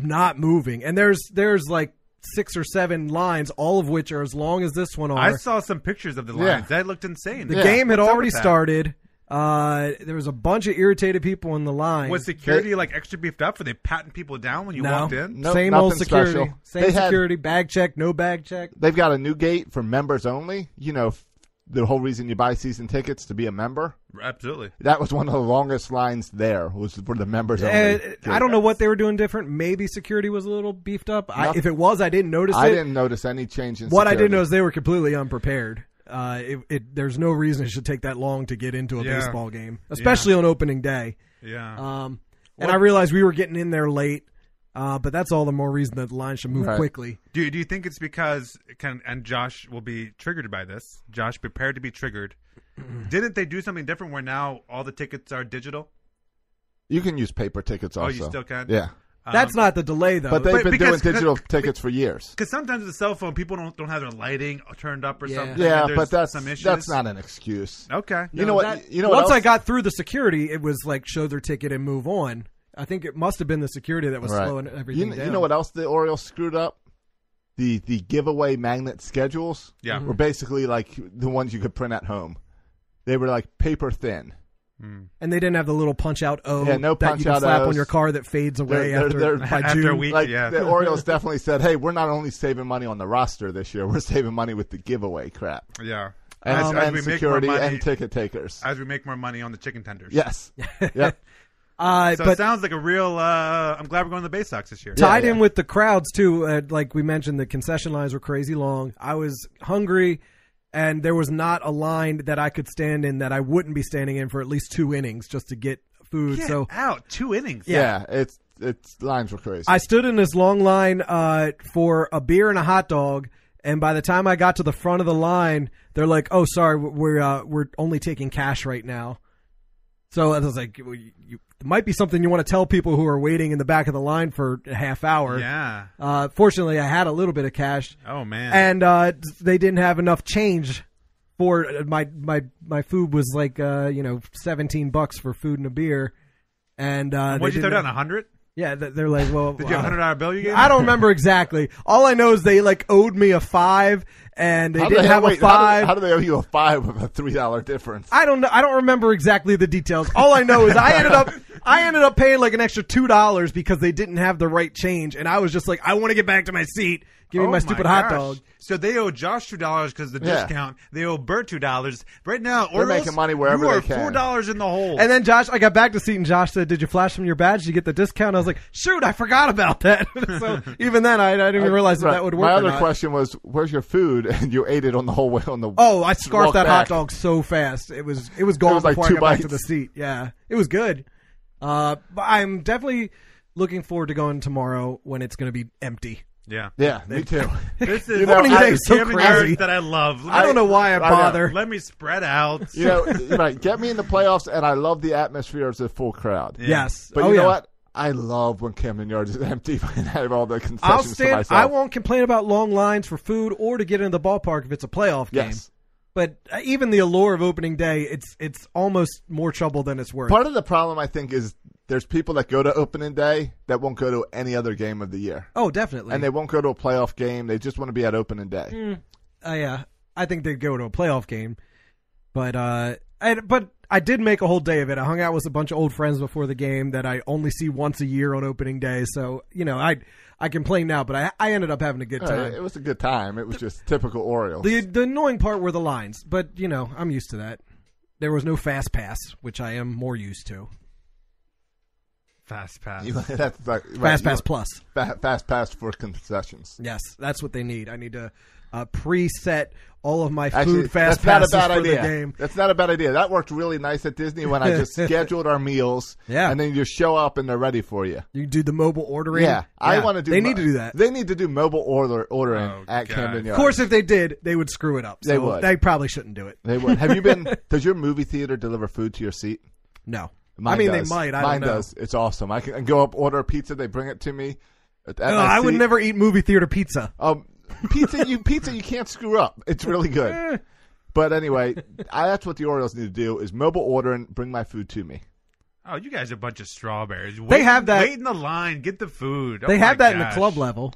Speaker 5: not moving. And there's there's like six or seven lines, all of which are as long as this one. Are
Speaker 3: I saw some pictures of the
Speaker 2: Yeah.
Speaker 3: lines. That looked insane.
Speaker 5: the
Speaker 2: Yeah.
Speaker 5: game had
Speaker 3: What's up
Speaker 5: already
Speaker 3: with that?
Speaker 5: started. Uh, there was a bunch of irritated people in the line.
Speaker 3: Was security like extra beefed up? Were they patting people down when you
Speaker 5: No.
Speaker 3: walked in?
Speaker 2: Nope,
Speaker 5: same
Speaker 2: nothing
Speaker 5: old security,
Speaker 2: special.
Speaker 5: same
Speaker 2: They had-
Speaker 5: security bag check, no bag check.
Speaker 2: They've got a new gate for members only. You know, f- the whole reason you buy season tickets to be a member.
Speaker 3: Absolutely.
Speaker 2: That was one of the longest lines there. Was for the members only.
Speaker 5: And
Speaker 2: gate.
Speaker 5: Eh, I don't know what they were doing different. Maybe security was a little beefed up. I,
Speaker 2: Nothing.
Speaker 5: if it was, I didn't notice
Speaker 2: I
Speaker 5: it.
Speaker 2: didn't notice any change in.
Speaker 5: what I did
Speaker 2: security.
Speaker 5: know is they were completely unprepared. Uh, it, it, there's no reason it should take that long to get into a
Speaker 3: Yeah.
Speaker 5: baseball game, especially on opening day.
Speaker 3: Yeah.
Speaker 5: Um, and I realized we were getting in there late, uh, but that's all the more reason that the line should move
Speaker 2: Right.
Speaker 5: quickly.
Speaker 3: Do do you think it's because can and Josh will be triggered by this? Josh prepared to be
Speaker 5: (clears throat)
Speaker 3: triggered. Didn't they do something different where now all the tickets are digital?
Speaker 2: you can use paper tickets
Speaker 3: Oh,
Speaker 2: also.
Speaker 3: you still can?
Speaker 2: Yeah,
Speaker 3: Um,
Speaker 5: that's not the delay though.
Speaker 2: Um, but they've
Speaker 3: but
Speaker 2: been
Speaker 3: because-
Speaker 2: doing digital tickets for
Speaker 5: (laughs)
Speaker 2: years.
Speaker 3: Because sometimes with a cell phone, people don't don't have their lighting turned up or
Speaker 5: Yeah.
Speaker 3: something.
Speaker 2: Yeah,
Speaker 3: and there's
Speaker 2: but that's
Speaker 3: some issues.
Speaker 2: that's not an excuse.
Speaker 3: okay.
Speaker 2: You know what?
Speaker 5: That-
Speaker 2: you know what
Speaker 5: once I
Speaker 2: else?
Speaker 5: got through the security, it was like show their ticket and move on. I think it must have been the security that was
Speaker 2: Right.
Speaker 5: slowing everything
Speaker 2: you, kn-
Speaker 5: down.
Speaker 2: you know what else the Orioles screwed up? The the giveaway magnet schedules
Speaker 3: Yeah.
Speaker 2: were basically like the ones you could print at home. They were like paper thin.
Speaker 5: And they didn't have the little punch out O
Speaker 2: Yeah, no
Speaker 5: that you can
Speaker 2: punch-out
Speaker 5: slap on
Speaker 2: Os.
Speaker 5: your car that fades away
Speaker 2: They're-
Speaker 5: after
Speaker 2: they're- (laughs) they're-
Speaker 5: by
Speaker 3: After a
Speaker 5: June.
Speaker 3: week.
Speaker 2: Like
Speaker 3: yeah.
Speaker 2: the Orioles definitely said, "Hey, we're not only saving money on the roster this year, we're saving money with the giveaway crap
Speaker 3: Yeah.
Speaker 2: and,
Speaker 3: As, as
Speaker 2: and
Speaker 3: we make more
Speaker 2: security
Speaker 3: money,
Speaker 2: and ticket takers."
Speaker 3: as we make more money on the chicken tenders. (laughs)
Speaker 2: yes. yep.
Speaker 5: Uh,
Speaker 3: So it
Speaker 5: but
Speaker 3: sounds like a real. Uh, I'm glad we're going to the Bay Sox this year.
Speaker 5: tied
Speaker 2: yeah.
Speaker 5: in with the crowds too. Uh, like we mentioned, the concession lines were crazy long. I was hungry, and there was not a line that I could stand in that I wouldn't be standing in for at least two innings just to get food.
Speaker 3: Get
Speaker 5: so
Speaker 3: out two innings.
Speaker 2: Yeah. It's it's lines were crazy.
Speaker 5: I stood in this long line uh, for a beer and a hot dog. And by the time I got to the front of the line, they're like, "Oh, sorry, we're uh, we're only taking cash right now." So I was like, well, you, you it might be something you want to tell people who are waiting in the back of the line for a half hour.
Speaker 3: Yeah.
Speaker 5: Uh, fortunately, I had a little bit of cash,
Speaker 3: Oh man.
Speaker 5: and uh, they didn't have enough change for uh, my my my food was like uh, you know seventeen bucks for food and a beer. And uh,
Speaker 3: what'd
Speaker 5: they
Speaker 3: you throw
Speaker 5: didn't-
Speaker 3: down? A hundred?
Speaker 5: Yeah, th- they're like, well,
Speaker 3: Did you have a
Speaker 5: uh,
Speaker 3: hundred dollar bill you gave?
Speaker 5: I don't remember exactly. All I know is they like owed me a five, and they
Speaker 2: How do
Speaker 5: didn't
Speaker 2: they-
Speaker 5: have
Speaker 2: wait,
Speaker 5: a
Speaker 2: How
Speaker 5: five.
Speaker 2: do, how do they owe you a five with a three dollar difference?
Speaker 5: I don't know. I don't remember exactly the details. All I know is I ended up I ended up paying like an extra two dollars because they didn't have the right change, and I was just like, I want to get back to my seat. Give me
Speaker 3: Oh
Speaker 5: my stupid hot
Speaker 3: gosh.
Speaker 5: dog.
Speaker 3: So they owe Josh two dollars because the
Speaker 2: Yeah.
Speaker 3: discount. They owe Bert two dollars right now. They're
Speaker 2: making money wherever
Speaker 3: you
Speaker 2: they
Speaker 3: are
Speaker 2: can.
Speaker 3: Four dollars in the hole.
Speaker 5: And then Josh, I got back to seat, and Josh said, "Did you flash from your badge? Did you get the discount?" I was like, "Shoot, I forgot about that." (laughs) so even then, I, I didn't even realize that
Speaker 2: Right.
Speaker 5: that would work.
Speaker 2: My
Speaker 5: or
Speaker 2: other
Speaker 5: not.
Speaker 2: question was, "Where's your food?" (laughs) And you ate it on the whole way on the.
Speaker 5: Oh, I scarfed
Speaker 2: walk
Speaker 5: that
Speaker 2: back.
Speaker 5: hot dog so fast. It was it was gone
Speaker 2: was like
Speaker 5: before I
Speaker 2: two
Speaker 5: got back to
Speaker 2: bites.
Speaker 5: the seat. Yeah, it was good. Uh, but I'm definitely looking forward to going tomorrow when it's going to be empty.
Speaker 3: yeah.
Speaker 2: Yeah, me too.
Speaker 3: (laughs) This is
Speaker 2: You know, Opening
Speaker 3: I-
Speaker 2: day is
Speaker 5: so
Speaker 3: giving
Speaker 5: crazy.
Speaker 3: yards that I love. Let
Speaker 5: I don't
Speaker 3: me-
Speaker 5: know why I
Speaker 2: I know.
Speaker 5: bother.
Speaker 3: Let me spread out.
Speaker 2: you know, right? Get me in the playoffs, and I love the atmosphere of the full crowd.
Speaker 5: Yes,
Speaker 2: But
Speaker 5: oh,
Speaker 2: you know
Speaker 5: yeah.
Speaker 2: what? I love when Camden Yards is (laughs) empty and I have all the concessions
Speaker 5: I'll
Speaker 2: to
Speaker 5: stand.
Speaker 2: myself.
Speaker 5: I won't complain about long lines for food or to get into the ballpark if it's a playoff game.
Speaker 2: Yes.
Speaker 5: But uh, even the allure of opening day, it's it's almost more trouble than it's worth.
Speaker 2: Part of the problem, I think, is there's people that go to opening day that won't go to any other game of the year,
Speaker 5: oh, definitely.
Speaker 2: and they won't go to a playoff game. They just want to be at opening day.
Speaker 5: uh, yeah, I think they'd go to a playoff game. But uh, I, but I did make a whole day of it. I hung out with a bunch of old friends before the game that I only see once a year on opening day. So you know, I I complain now, but I I ended up having a good
Speaker 2: Uh,
Speaker 5: time.
Speaker 2: it was a good time. It was just typical Orioles.
Speaker 5: the the annoying part were the lines, but you know, I'm used to that. There was no fast pass, which I am more used to.
Speaker 3: Fast pass.
Speaker 2: You- (laughs) that's like, right,
Speaker 5: Fast
Speaker 2: you-
Speaker 5: pass plus.
Speaker 2: fa- fast pass for concessions.
Speaker 5: Yes, that's what they need. I need to uh, preset all of my food
Speaker 2: Actually,
Speaker 5: fast
Speaker 2: that's not a
Speaker 5: passes
Speaker 2: bad
Speaker 5: for
Speaker 2: idea.
Speaker 5: the game.
Speaker 2: That's not a bad idea. That worked really nice at Disney when I
Speaker 5: (laughs)
Speaker 2: just scheduled our meals.
Speaker 5: Yeah.
Speaker 2: and then you show up and they're ready for you.
Speaker 5: You do the mobile ordering.
Speaker 2: Yeah, I want to do.
Speaker 5: They
Speaker 2: mo-
Speaker 5: need to do that.
Speaker 2: They need to do mobile order ordering
Speaker 3: Oh,
Speaker 2: at
Speaker 3: God.
Speaker 2: Camden Yards.
Speaker 5: Of course, if they did, they would screw it up. So
Speaker 2: They would.
Speaker 5: They probably shouldn't do it.
Speaker 2: they would. Have you
Speaker 5: (laughs)
Speaker 2: been? does your movie theater deliver food to your seat?
Speaker 5: No.
Speaker 2: Mine
Speaker 5: I mean,
Speaker 2: does.
Speaker 5: they might. I
Speaker 2: Mine
Speaker 5: don't know.
Speaker 2: does. It's awesome. I can I go up, order a pizza. They bring it to me. at- at
Speaker 5: No,
Speaker 2: my
Speaker 5: Oh, I would
Speaker 2: seat.
Speaker 5: never eat movie theater pizza.
Speaker 2: Um, pizza, you pizza, you can't screw up. It's really
Speaker 5: Eh, (laughs)
Speaker 3: Oh
Speaker 2: good. But anyway, I, that's what the Orioles need to do: is mobile order and bring my food to me.
Speaker 3: Oh, you guys are a bunch of strawberries. Wait,
Speaker 5: have that-
Speaker 3: Wait in the line. Get the food. Oh
Speaker 5: They
Speaker 3: my
Speaker 5: have that in the
Speaker 3: gosh.
Speaker 5: club level.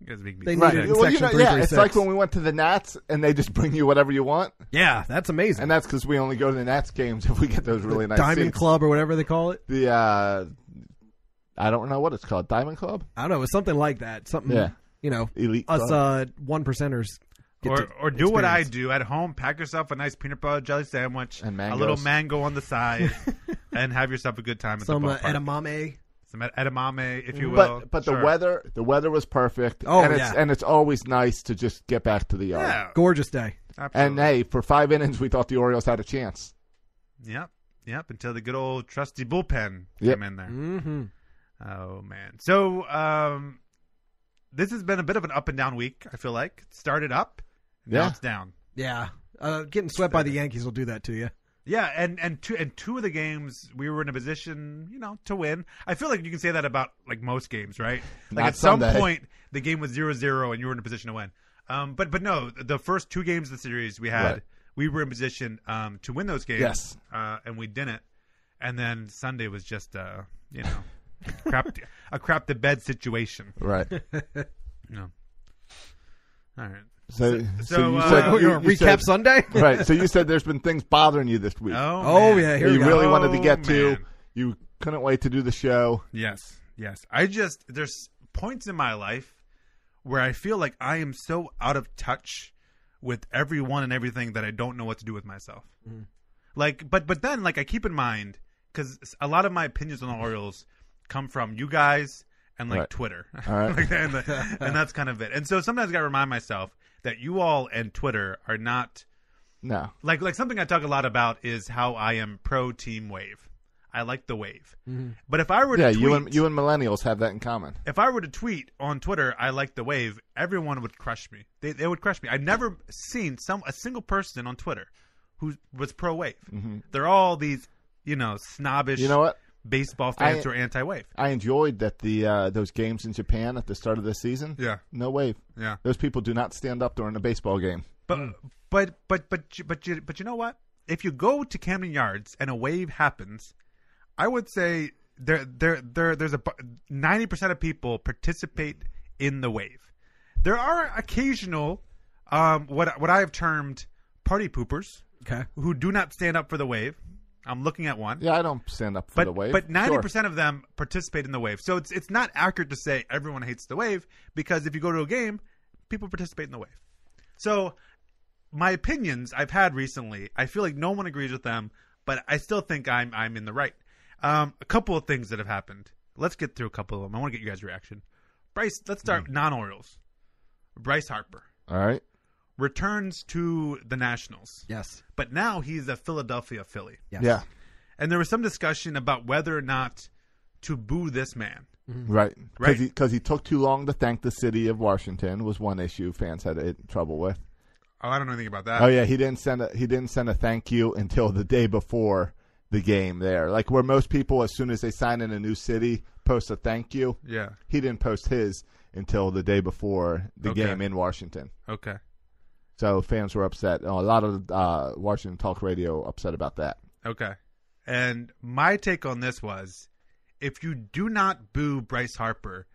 Speaker 3: You guys make me
Speaker 5: They
Speaker 3: sick.
Speaker 5: Right. need it. in
Speaker 2: Well, you
Speaker 5: section
Speaker 2: know, yeah, it's
Speaker 5: 336.
Speaker 2: like when we went to the Nats and they just bring you whatever you want,
Speaker 5: Yeah, that's amazing.
Speaker 2: and that's because we only go to the Nats games if we get those really nice
Speaker 5: Diamond
Speaker 2: seats.
Speaker 5: Club or whatever they call it.
Speaker 2: The uh, I don't know what it's called, Diamond Club,
Speaker 5: I don't know. It's something like that. Something.
Speaker 2: Yeah.
Speaker 5: You know,
Speaker 2: Elite
Speaker 5: us
Speaker 2: Club.
Speaker 5: uh, one percenters. get
Speaker 3: Or,
Speaker 5: to
Speaker 3: or do what I
Speaker 5: experience.
Speaker 3: do at home. Pack yourself a nice peanut butter jelly sandwich,
Speaker 2: And
Speaker 3: a little
Speaker 2: mangoes.
Speaker 3: mango on the
Speaker 5: (laughs)
Speaker 3: side, and have yourself a good time at
Speaker 5: Some
Speaker 3: the
Speaker 5: uh,
Speaker 3: ballpark.
Speaker 5: edamame.
Speaker 3: Some ed- edamame, if you will.
Speaker 2: but but
Speaker 3: Sure.
Speaker 2: the weather the weather was perfect.
Speaker 5: Oh,
Speaker 2: and it's
Speaker 5: yeah.
Speaker 2: and it's always nice to just get back to the yard.
Speaker 3: Yeah.
Speaker 5: Gorgeous day.
Speaker 2: And
Speaker 3: Absolutely.
Speaker 2: hey, for five innings, we thought the Orioles had a chance.
Speaker 3: Yep. Yep. Until the good old trusty bullpen
Speaker 2: Yep.
Speaker 3: came in there.
Speaker 5: Mm-hmm.
Speaker 3: Oh man. So um this has been a bit of an up and down week, I feel like. It started up, now
Speaker 2: Yeah.
Speaker 3: it's down.
Speaker 5: Yeah. Uh, getting swept by the Yankees will do that to you.
Speaker 3: Yeah, and and two and two of the games we were in a position, you know, to win. I feel like you can say that about like most games, right? Like
Speaker 2: Not
Speaker 3: at some
Speaker 2: Sunday.
Speaker 3: point the game was 0-0 and you were in a position to win. Um but but no, the first two games of the series we had
Speaker 2: Right.
Speaker 3: we were in position um to win those games.
Speaker 2: Yes.
Speaker 3: Uh and we didn't. And then Sunday was just uh, you know, crap a crap the bed situation.
Speaker 2: Right.
Speaker 3: (laughs) No. All right.
Speaker 2: So, so,
Speaker 3: so,
Speaker 2: you
Speaker 3: uh, (laughs)
Speaker 5: (laughs)
Speaker 2: said
Speaker 5: Oh,
Speaker 2: you,
Speaker 5: you want to
Speaker 2: you
Speaker 5: recap
Speaker 2: said-
Speaker 5: Sunday?
Speaker 2: (laughs) right. So you said there's been things bothering you this week.
Speaker 3: Oh,
Speaker 5: Oh,
Speaker 3: man.
Speaker 5: yeah,
Speaker 2: that
Speaker 5: here we
Speaker 2: you
Speaker 5: go.
Speaker 2: really wanted to get
Speaker 3: Oh,
Speaker 2: to.
Speaker 3: man.
Speaker 2: You couldn't wait to do the show.
Speaker 3: Yes. Yes. I just there's points in my life where I feel like I am so out of touch with everyone and everything that I don't know what to do with myself.
Speaker 2: Mm.
Speaker 3: Like but but then like I keep in mind cuz a lot of my opinions on the Orioles come from you guys and like
Speaker 2: Right. (laughs)
Speaker 3: Twitter. (laughs)
Speaker 2: All right.
Speaker 3: Like, and, the- and that's kind of it. And so sometimes I got to remind myself that you all and Twitter are not
Speaker 2: No.
Speaker 3: like like something I talk a lot about is how I am pro Team Wave. I like the wave. But if I were to
Speaker 2: Mm-hmm. Yeah,
Speaker 3: tweet,
Speaker 2: you and you and millennials have that in common.
Speaker 3: if I were to tweet on Twitter, I like the wave, everyone would crush me. They they would crush me. I've never seen some a single person on Twitter who was pro wave. They're all these you know snobbish.
Speaker 2: You know what?
Speaker 3: baseball fans
Speaker 2: I-
Speaker 3: who are anti-wave.
Speaker 2: I enjoyed that the uh, those games in Japan at the start of the season.
Speaker 3: Yeah.
Speaker 2: no wave.
Speaker 3: Yeah.
Speaker 2: those people do not stand up during a baseball game.
Speaker 3: But but but but you- but you, but you know what? If you go to Camden Yards and a wave happens, I would say there there there there's a ninety percent of people participate in the wave. There are occasional um, what what I have termed party poopers
Speaker 5: (laughs) Okay.
Speaker 3: who do not stand up for the wave. I'm looking at one.
Speaker 2: Yeah, I don't stand up for
Speaker 3: But
Speaker 2: the wave.
Speaker 3: but ninety
Speaker 2: Sure.
Speaker 3: percent of them participate in the wave, so it's it's not accurate to say everyone hates the wave because if you go to a game, people participate in the wave. So my opinions I've had recently, I feel like no one agrees with them, but I still think I'm I'm in the right. Um, a couple of things that have happened. Let's get through a couple of them. I want to get you guys' reaction. Bryce, let's start
Speaker 2: Mm.
Speaker 3: non Orioles. Bryce Harper
Speaker 2: All right,
Speaker 3: returns to the Nationals,
Speaker 5: Yes.
Speaker 3: but now he's a Philadelphia Philly.
Speaker 5: Yes.
Speaker 2: yeah,
Speaker 3: And there was some discussion about whether or not to boo this man.
Speaker 2: right,
Speaker 3: Right.
Speaker 2: because he, took too long to thank the city of Washington was one issue fans had uh, trouble with.
Speaker 3: Oh, I don't know anything about that.
Speaker 2: Oh yeah, he didn't send a he didn't send a thank you until the day before the game there. Like where most people as soon as they sign in a new city post a thank you.
Speaker 3: Yeah.
Speaker 2: He didn't post his until the day before the
Speaker 3: Okay.
Speaker 2: game in Washington.
Speaker 3: Okay.
Speaker 2: So fans were upset. Oh, a lot of uh, Washington talk radio upset about that.
Speaker 3: Okay. And my take on this was if you do not boo Bryce Harper,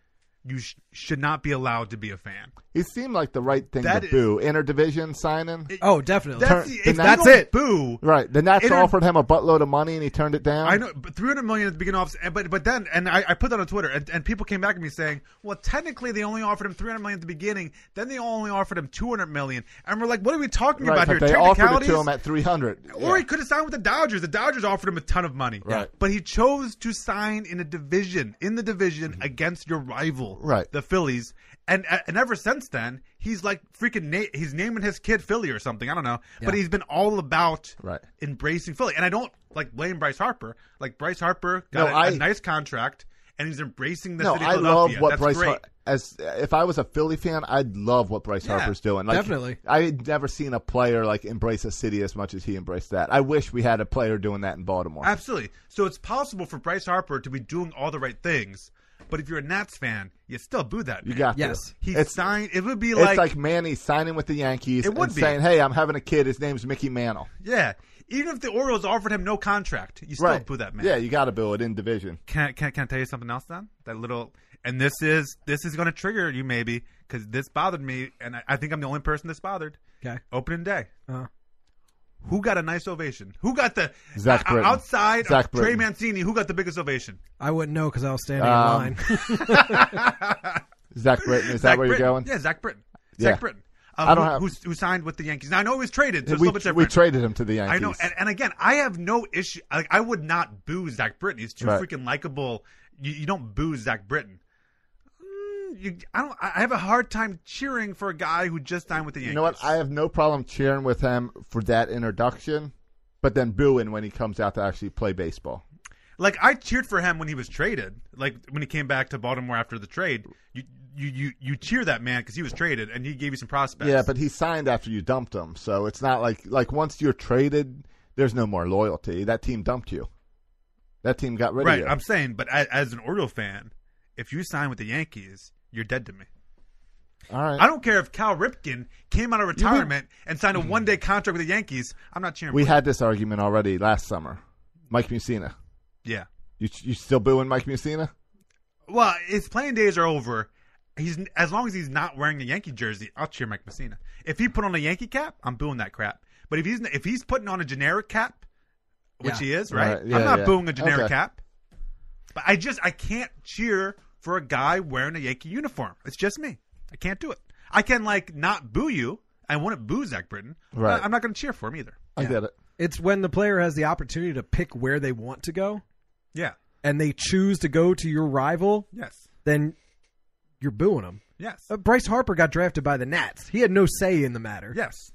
Speaker 3: you sh- should not be allowed to be a fan.
Speaker 2: It seemed like the right thing
Speaker 3: That
Speaker 2: to
Speaker 3: is-
Speaker 2: boo. Interdivision signing.
Speaker 5: Oh, definitely.
Speaker 3: That's,
Speaker 2: Turn-
Speaker 3: if
Speaker 2: the
Speaker 3: you
Speaker 2: Nats-
Speaker 3: don't
Speaker 5: That's it.
Speaker 3: Boo.
Speaker 2: right. The Nats
Speaker 3: Inter-
Speaker 2: offered him a buttload of money and he turned it down.
Speaker 3: I know, but 300 million at the beginning of offs- but but then and I, I put that on Twitter and, and people came back at me saying, well, technically they only offered him 300 million at the beginning, then they only offered him 200 million, and we're like, what are we talking
Speaker 2: Right,
Speaker 3: about
Speaker 2: but
Speaker 3: here?
Speaker 2: they offered it to
Speaker 3: Technicalities?
Speaker 2: him at three hundred.
Speaker 3: Or he could have signed with the Dodgers. The Dodgers offered him a ton of money.
Speaker 2: Right.
Speaker 3: But he chose to sign in a division, in the division against your rival,
Speaker 2: Mm-hmm. Right.
Speaker 3: the Phillies. And and ever since then, he's like freaking na- he's naming his kid Philly or something. I don't know. But he's been all about
Speaker 2: Right.
Speaker 3: embracing Philly. And I don't like blame Bryce Harper. Like Bryce Harper
Speaker 2: No,
Speaker 3: got a, a
Speaker 2: I-
Speaker 3: nice contract and he's embracing the
Speaker 2: no,
Speaker 3: city of
Speaker 2: I love
Speaker 3: Philadelphia.
Speaker 2: what
Speaker 3: That's
Speaker 2: Bryce.
Speaker 3: great.
Speaker 2: Har- as if I was a Philly fan, I'd love what Bryce
Speaker 3: Yeah,
Speaker 2: Harper's doing. Like,
Speaker 5: definitely.
Speaker 2: I had never seen a player like embrace a city as much as he embraced that. I wish we had a player doing that in Baltimore.
Speaker 3: Absolutely. So it's possible for Bryce Harper to be doing all the right things. But if you're a Nats fan, you still boo that.
Speaker 2: you
Speaker 3: man.
Speaker 2: got
Speaker 5: Yes.
Speaker 2: to.
Speaker 3: He
Speaker 2: it's
Speaker 3: signed. It would be
Speaker 2: it's like,
Speaker 3: like,
Speaker 2: Manny signing with the Yankees
Speaker 3: It would
Speaker 2: and
Speaker 3: be.
Speaker 2: saying, "Hey, I'm having a kid. His name's Mickey Mantle."
Speaker 3: yeah. Even if the Orioles offered him no contract, you still boo that man.
Speaker 2: Yeah, you got to boo it in division.
Speaker 3: Can I, can, I- can I tell you something else then? That little and this is this is going to trigger you maybe because this bothered me and I, I think I'm the only person that's bothered.
Speaker 5: Okay.
Speaker 3: Opening day.
Speaker 5: Uh-huh.
Speaker 3: Who got a nice ovation? Who got the
Speaker 2: Zach
Speaker 3: o-
Speaker 2: Britton.
Speaker 3: outside
Speaker 2: Zach
Speaker 3: of Trey
Speaker 2: Britton.
Speaker 3: Mancini? Who got the biggest ovation?
Speaker 5: I wouldn't know because I was standing
Speaker 2: Um,
Speaker 5: in line. (laughs)
Speaker 2: Zach Britton, is
Speaker 3: Zach
Speaker 2: that where
Speaker 3: Britton.
Speaker 2: you're going?
Speaker 3: Yeah, Zach Britton.
Speaker 2: Yeah.
Speaker 3: Zach Britton. Um,
Speaker 2: I don't
Speaker 3: who,
Speaker 2: have-
Speaker 3: who's- who signed with the Yankees. Now I know he was traded, so it's a
Speaker 2: we,
Speaker 3: little bit
Speaker 2: we
Speaker 3: different.
Speaker 2: traded him to the Yankees.
Speaker 3: I know, and, and again, I have no issue. Like, I would not boo Zach Britton. He's too
Speaker 2: Right.
Speaker 3: freaking likable. You, you don't boo Zach Britton. Mm, You, I don't. I I have a hard time cheering for a guy who just signed with the Yankees.
Speaker 2: you know what? I have no problem cheering with him for that introduction, but then booing when he comes out to actually play baseball.
Speaker 3: like I cheered for him when he was traded. Like when he came back to Baltimore after the trade, you you you, you cheer that man because he was traded and he gave you some prospects.
Speaker 2: Yeah, but he signed after you dumped him, so it's not like like once you're traded, there's no more loyalty. That team dumped you. That team got rid
Speaker 3: right.
Speaker 2: of you.
Speaker 3: I'm saying, but as, as an Oriole fan, if you sign with the Yankees, you're dead to me.
Speaker 2: All right.
Speaker 3: I don't care if Cal Ripken came out of retirement and signed a one day contract with the Yankees. I'm not cheering.
Speaker 2: Mm-hmm. we
Speaker 3: for
Speaker 2: had this argument already last summer. Mike Mussina.
Speaker 3: him. yeah.
Speaker 2: You you still booing Mike Mussina?
Speaker 3: Well, his playing days are over. He's as long as he's not wearing a Yankee jersey, I'll cheer Mike Messina. If he put on a Yankee cap, I'm booing that crap. But if he's if he's putting on a generic cap, which
Speaker 5: Yeah.
Speaker 3: he is, right?
Speaker 2: Right, yeah,
Speaker 3: I'm not
Speaker 2: yeah.
Speaker 3: booing a generic
Speaker 2: Okay.
Speaker 3: cap. But I just I can't cheer for a guy wearing a Yankee uniform. It's just me. I can't do it. I can like not boo you. I wouldn't boo Zach Britton. but
Speaker 2: Right.
Speaker 3: I'm not going to cheer for him either.
Speaker 2: I get it.
Speaker 5: it's when the player has the opportunity to pick where they want to go
Speaker 3: Yeah.
Speaker 5: and they choose to go to your rival,
Speaker 3: Yes.
Speaker 5: then you're booing them.
Speaker 3: Yes.
Speaker 5: Uh, Bryce Harper got drafted by the Nats. He had no say in the matter.
Speaker 3: yes.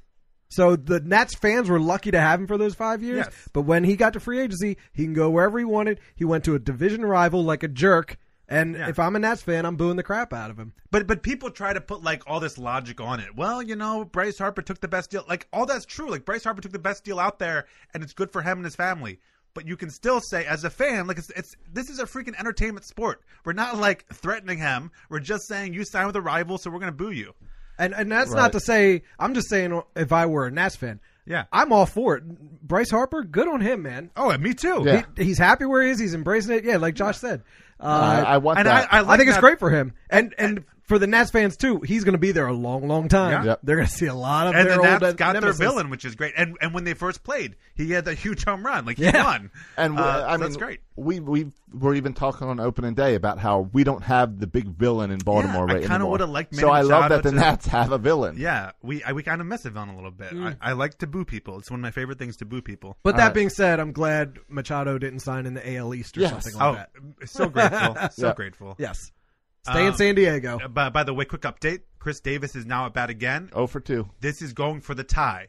Speaker 5: So the Nats fans were lucky to have him for those five years.
Speaker 3: Yes.
Speaker 5: But when he got to free agency, he can go wherever he wanted. He went to a division rival like a jerk. And
Speaker 3: Yeah.
Speaker 5: if I'm a Nats fan, I'm booing the crap out of him.
Speaker 3: But but people try to put like all this logic on it. Well, you know, Bryce Harper took the best deal. Like all that's true. Like Bryce Harper took the best deal out there, and it's good for him and his family. But you can still say, as a fan, like it's, it's this is a freaking entertainment sport. We're not like threatening him. We're just saying you signed with a rival, so we're gonna boo you.
Speaker 5: And and that's not to say I'm just saying if I were a Nats fan,
Speaker 3: Yeah.
Speaker 5: I'm all for it. Bryce Harper, good on him, man.
Speaker 3: Oh, and me too.
Speaker 2: Yeah.
Speaker 5: He, he's happy where he is. He's embracing it. Yeah, like Josh said. Uh,
Speaker 2: I, I want
Speaker 3: And I,
Speaker 2: that.
Speaker 3: I, like
Speaker 5: I think it's
Speaker 3: that-
Speaker 5: great for him, and and for the Nats fans too. He's going to be there a long, long time.
Speaker 2: Yeah. Yep.
Speaker 5: They're going to see a lot of
Speaker 3: And
Speaker 5: their
Speaker 3: the
Speaker 5: old
Speaker 3: Nats got
Speaker 5: nemesis.
Speaker 3: their villain, which is great. And and when they first played, he had that huge home run. Like he
Speaker 5: Yeah.
Speaker 3: won.
Speaker 2: and
Speaker 3: Uh,
Speaker 2: uh, I
Speaker 3: so
Speaker 2: mean,
Speaker 3: that's great.
Speaker 2: We we were even talking on opening day about how we don't have the big villain in Baltimore
Speaker 3: I
Speaker 2: right
Speaker 3: kinda
Speaker 2: anymore.
Speaker 3: woulda liked
Speaker 2: so I love that
Speaker 3: Machado
Speaker 2: the
Speaker 3: to-
Speaker 2: Nats have a villain.
Speaker 3: Yeah, we I, we kind of miss a villain a little bit.
Speaker 5: Mm.
Speaker 3: I, I like to boo people. It's one of my favorite things to boo
Speaker 5: (laughs)
Speaker 3: people.
Speaker 5: But that
Speaker 2: right.
Speaker 5: being said, I'm glad Machado didn't sign in the AL East or
Speaker 2: Yes.
Speaker 5: something like
Speaker 3: oh, (laughs)
Speaker 5: that.
Speaker 3: so grateful, so
Speaker 5: (laughs)
Speaker 2: Yeah.
Speaker 3: grateful.
Speaker 5: Yes, stay in
Speaker 3: Um,
Speaker 5: San Diego.
Speaker 3: Uh, By, by the way, quick update: Chris Davis is now at bat again.
Speaker 2: Oh for two.
Speaker 3: This is going for the
Speaker 5: (laughs)
Speaker 3: tie.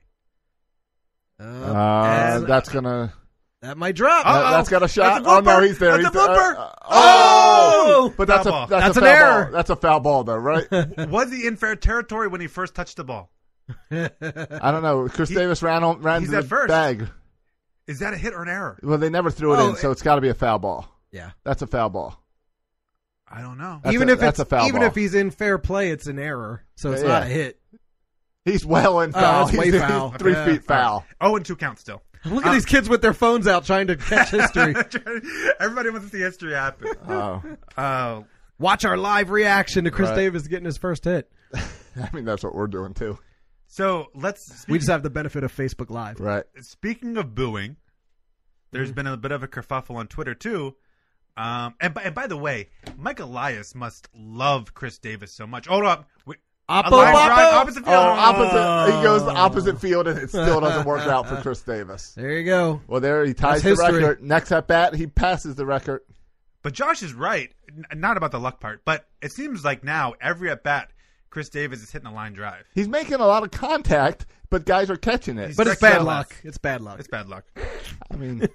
Speaker 2: Uh,
Speaker 5: and-
Speaker 2: that's gonna.
Speaker 5: that might drop.
Speaker 2: that- that's got a shot.
Speaker 5: That's a
Speaker 2: oh no,
Speaker 5: blooper.
Speaker 2: he's there.
Speaker 5: That's
Speaker 2: he's
Speaker 5: a blooper.
Speaker 2: uh, uh, oh,
Speaker 5: Oh!
Speaker 2: but that's
Speaker 3: Foul
Speaker 2: a
Speaker 3: ball.
Speaker 2: that's,
Speaker 5: That's
Speaker 2: a
Speaker 5: an
Speaker 2: foul
Speaker 5: error.
Speaker 2: Ball. That's a foul ball though, right?
Speaker 3: Was he in fair territory when he first touched the ball?
Speaker 2: I don't know. Chris Davis ran on ran
Speaker 3: he's
Speaker 2: to the
Speaker 3: at first.
Speaker 2: bag.
Speaker 3: Is that a hit or an error?
Speaker 2: Well, they never threw it
Speaker 5: Oh,
Speaker 2: in, so it's got to be a foul ball.
Speaker 5: yeah.
Speaker 2: That's a foul ball.
Speaker 3: I don't know.
Speaker 2: That's
Speaker 5: even
Speaker 2: a-
Speaker 5: if
Speaker 2: that's
Speaker 5: it's
Speaker 2: a foul
Speaker 5: even
Speaker 2: ball.
Speaker 5: if he's in fair play, it's an error, so it's
Speaker 2: Yeah.
Speaker 5: not a hit.
Speaker 2: He's well in
Speaker 5: Oh,
Speaker 2: foul. (laughs)
Speaker 5: that's way
Speaker 2: he's,
Speaker 5: foul.
Speaker 2: three
Speaker 5: Yeah.
Speaker 2: feet foul.
Speaker 3: Oh, and two counts still.
Speaker 5: (laughs)
Speaker 3: Uh,
Speaker 5: Look at these kids with their phones out trying to (laughs) catch
Speaker 3: (laughs)
Speaker 5: history. Uh,
Speaker 3: Everybody wants to see history
Speaker 5: (laughs)
Speaker 3: happen.
Speaker 2: Oh,
Speaker 3: Oh,
Speaker 5: Watch our live reaction to Chris
Speaker 2: Right.
Speaker 5: Davis getting his first hit.
Speaker 2: I mean that's what we're doing too,
Speaker 3: so let's.
Speaker 5: We just have the benefit of Facebook Live.
Speaker 2: right?
Speaker 3: Speaking of booing,
Speaker 2: Mm.
Speaker 3: there's been a bit of a kerfuffle on Twitter too. Um, and, by, and by the way, Mike Elias must love Chris Davis so much. Hold up, we,
Speaker 5: Oppo,
Speaker 3: Elias
Speaker 5: Oppo!
Speaker 3: drive, opposite
Speaker 2: Oh,
Speaker 3: field.
Speaker 2: opposite. He
Speaker 3: Oh.
Speaker 2: goes the opposite field, and it still doesn't work out for Chris Davis.
Speaker 5: There you go.
Speaker 2: Well, there he ties the
Speaker 5: That's history.
Speaker 2: record. Next at bat, he passes the record.
Speaker 3: But Josh is right, N- not about the luck part, but it seems like now every at bat, Chris Davis is hitting a line drive.
Speaker 2: He's making a lot of contact, but guys are catching it.
Speaker 5: But it's
Speaker 3: Strikes
Speaker 5: bad
Speaker 3: out
Speaker 5: luck.
Speaker 3: less.
Speaker 5: It's bad luck.
Speaker 3: It's bad luck.
Speaker 2: I mean,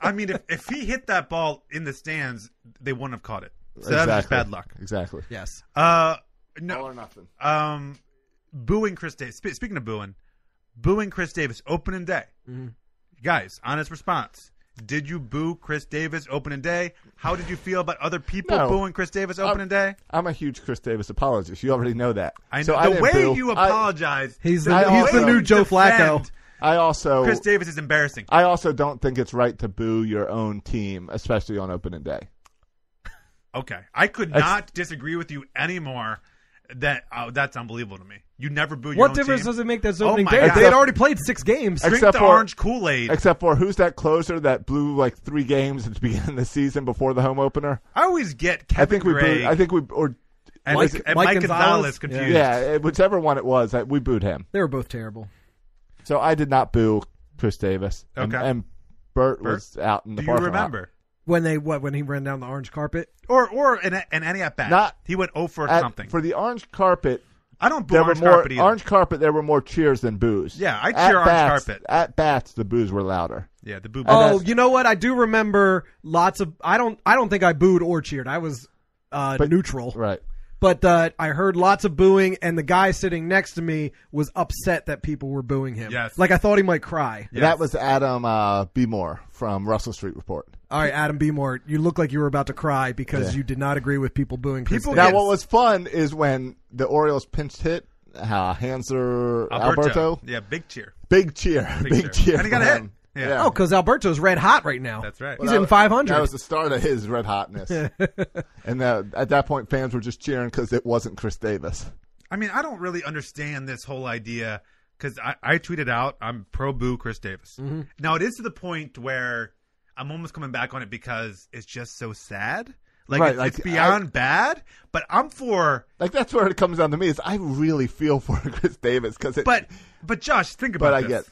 Speaker 3: I mean, if, if he hit that ball in the stands, they wouldn't have caught it. (laughs) So that was just
Speaker 2: exactly.
Speaker 3: bad luck.
Speaker 2: Exactly.
Speaker 5: yes.
Speaker 3: Uh,
Speaker 2: All
Speaker 3: no,
Speaker 2: or nothing.
Speaker 3: um, booing Chris Davis. Spe- speaking of booing, booing Chris Davis opening day.
Speaker 2: Mm-hmm.
Speaker 3: Guys, honest response. Did you boo Chris Davis opening day? How did you feel about other people
Speaker 2: No. Uh,
Speaker 3: booing Chris Davis opening day?
Speaker 2: I'm a huge Chris Davis apologist. You already know that.
Speaker 3: I know
Speaker 2: So I
Speaker 3: the
Speaker 2: didn't
Speaker 3: way
Speaker 2: boo.
Speaker 3: you
Speaker 2: I-
Speaker 3: apologize.
Speaker 5: He's the,
Speaker 2: I
Speaker 5: he's the
Speaker 2: also-
Speaker 5: new Joe Flacco.
Speaker 2: I, also,
Speaker 3: Chris Davis is embarrassing.
Speaker 2: I also don't think it's right to boo your own team, especially on opening day.
Speaker 3: Okay, I could
Speaker 2: That's-
Speaker 3: not disagree with you anymore. That oh, that's unbelievable to me. You never boo your
Speaker 5: What
Speaker 3: own
Speaker 5: difference
Speaker 3: team.
Speaker 5: does it make that's
Speaker 3: Oh
Speaker 5: opening
Speaker 3: my
Speaker 5: day?
Speaker 3: God.
Speaker 5: They had already played six games.
Speaker 2: Ex-
Speaker 3: Drink
Speaker 2: Except
Speaker 3: the
Speaker 2: for-
Speaker 3: orange Kool Aid.
Speaker 2: Except for who's that closer that blew like three games at the beginning of the season before the home opener?
Speaker 3: I always get
Speaker 2: I
Speaker 3: Kevin
Speaker 2: think we
Speaker 3: Gray
Speaker 2: booed. I think we or
Speaker 3: and
Speaker 5: Mike-
Speaker 3: and
Speaker 5: Mike
Speaker 3: Mike Gonzalez,
Speaker 5: Gonzalez?
Speaker 3: confused.
Speaker 2: yeah, it- whichever one it was, I, we booed him.
Speaker 5: They were both terrible.
Speaker 2: So I did not boo Chris Davis. And,
Speaker 3: Okay.
Speaker 2: and Bert,
Speaker 3: Bert,
Speaker 2: was out in the
Speaker 3: Do you
Speaker 2: parking lot.
Speaker 3: remember?
Speaker 5: When they what when he ran down the orange carpet?
Speaker 3: Or or in, a- in any at bat,
Speaker 2: Not-
Speaker 3: he went 0 for
Speaker 2: At-
Speaker 3: something.
Speaker 2: for the orange carpet.
Speaker 3: I don't boo
Speaker 2: There
Speaker 3: orange
Speaker 2: were more
Speaker 3: carpet either.
Speaker 2: orange carpet. There were more cheers than boos.
Speaker 3: Yeah, I
Speaker 2: At
Speaker 3: cheer orange
Speaker 2: bats-
Speaker 3: carpet.
Speaker 2: At bats, the boos were louder.
Speaker 3: Yeah, the boo.
Speaker 5: Oh,
Speaker 2: that's-
Speaker 5: you know what? I do remember lots of. I don't. I don't think I booed or cheered. I was uh,
Speaker 2: But-
Speaker 5: neutral.
Speaker 2: Right.
Speaker 5: But uh, I heard lots of booing, and the guy sitting next to me was upset that people were booing him.
Speaker 3: Yes.
Speaker 5: Like I thought he might cry.
Speaker 3: Yes.
Speaker 2: That was Adam uh, B. Moore from Russell Street Report.
Speaker 5: All right, Adam Beemore, you look like you were about to cry because you did not agree with people booing. Chris
Speaker 3: People
Speaker 5: Davis.
Speaker 2: Now,
Speaker 3: Yes.
Speaker 2: what was fun is when the Orioles pinch hit uh, Hanser Alberto.
Speaker 3: Yeah, big cheer.
Speaker 2: Big cheer. Big,
Speaker 3: cheer.
Speaker 2: cheer.
Speaker 3: And he got
Speaker 2: for
Speaker 3: a hit.
Speaker 2: him.
Speaker 3: Yeah.
Speaker 5: Oh, because Alberto's red hot right
Speaker 2: Oh.
Speaker 5: now.
Speaker 3: That's right.
Speaker 5: He's
Speaker 2: Well,
Speaker 5: in
Speaker 2: that-
Speaker 5: 500.
Speaker 2: That was the start of his red
Speaker 3: (laughs)
Speaker 2: hotness. and uh, at that point, fans were just cheering because it wasn't Chris Davis.
Speaker 3: I mean, I don't really understand this whole idea because I, I tweeted out I'm pro boo Chris Davis.
Speaker 2: Mm-hmm.
Speaker 3: Now it is to the point where I'm almost coming back on it because it's just so sad. Like,
Speaker 2: Right,
Speaker 3: it's,
Speaker 2: like,
Speaker 3: it's beyond bad. But I'm for.
Speaker 2: Like that's where it comes down to me is I really feel for (laughs) Chris Davis because it.
Speaker 3: But but Josh, think about
Speaker 2: but I
Speaker 3: this.
Speaker 2: get,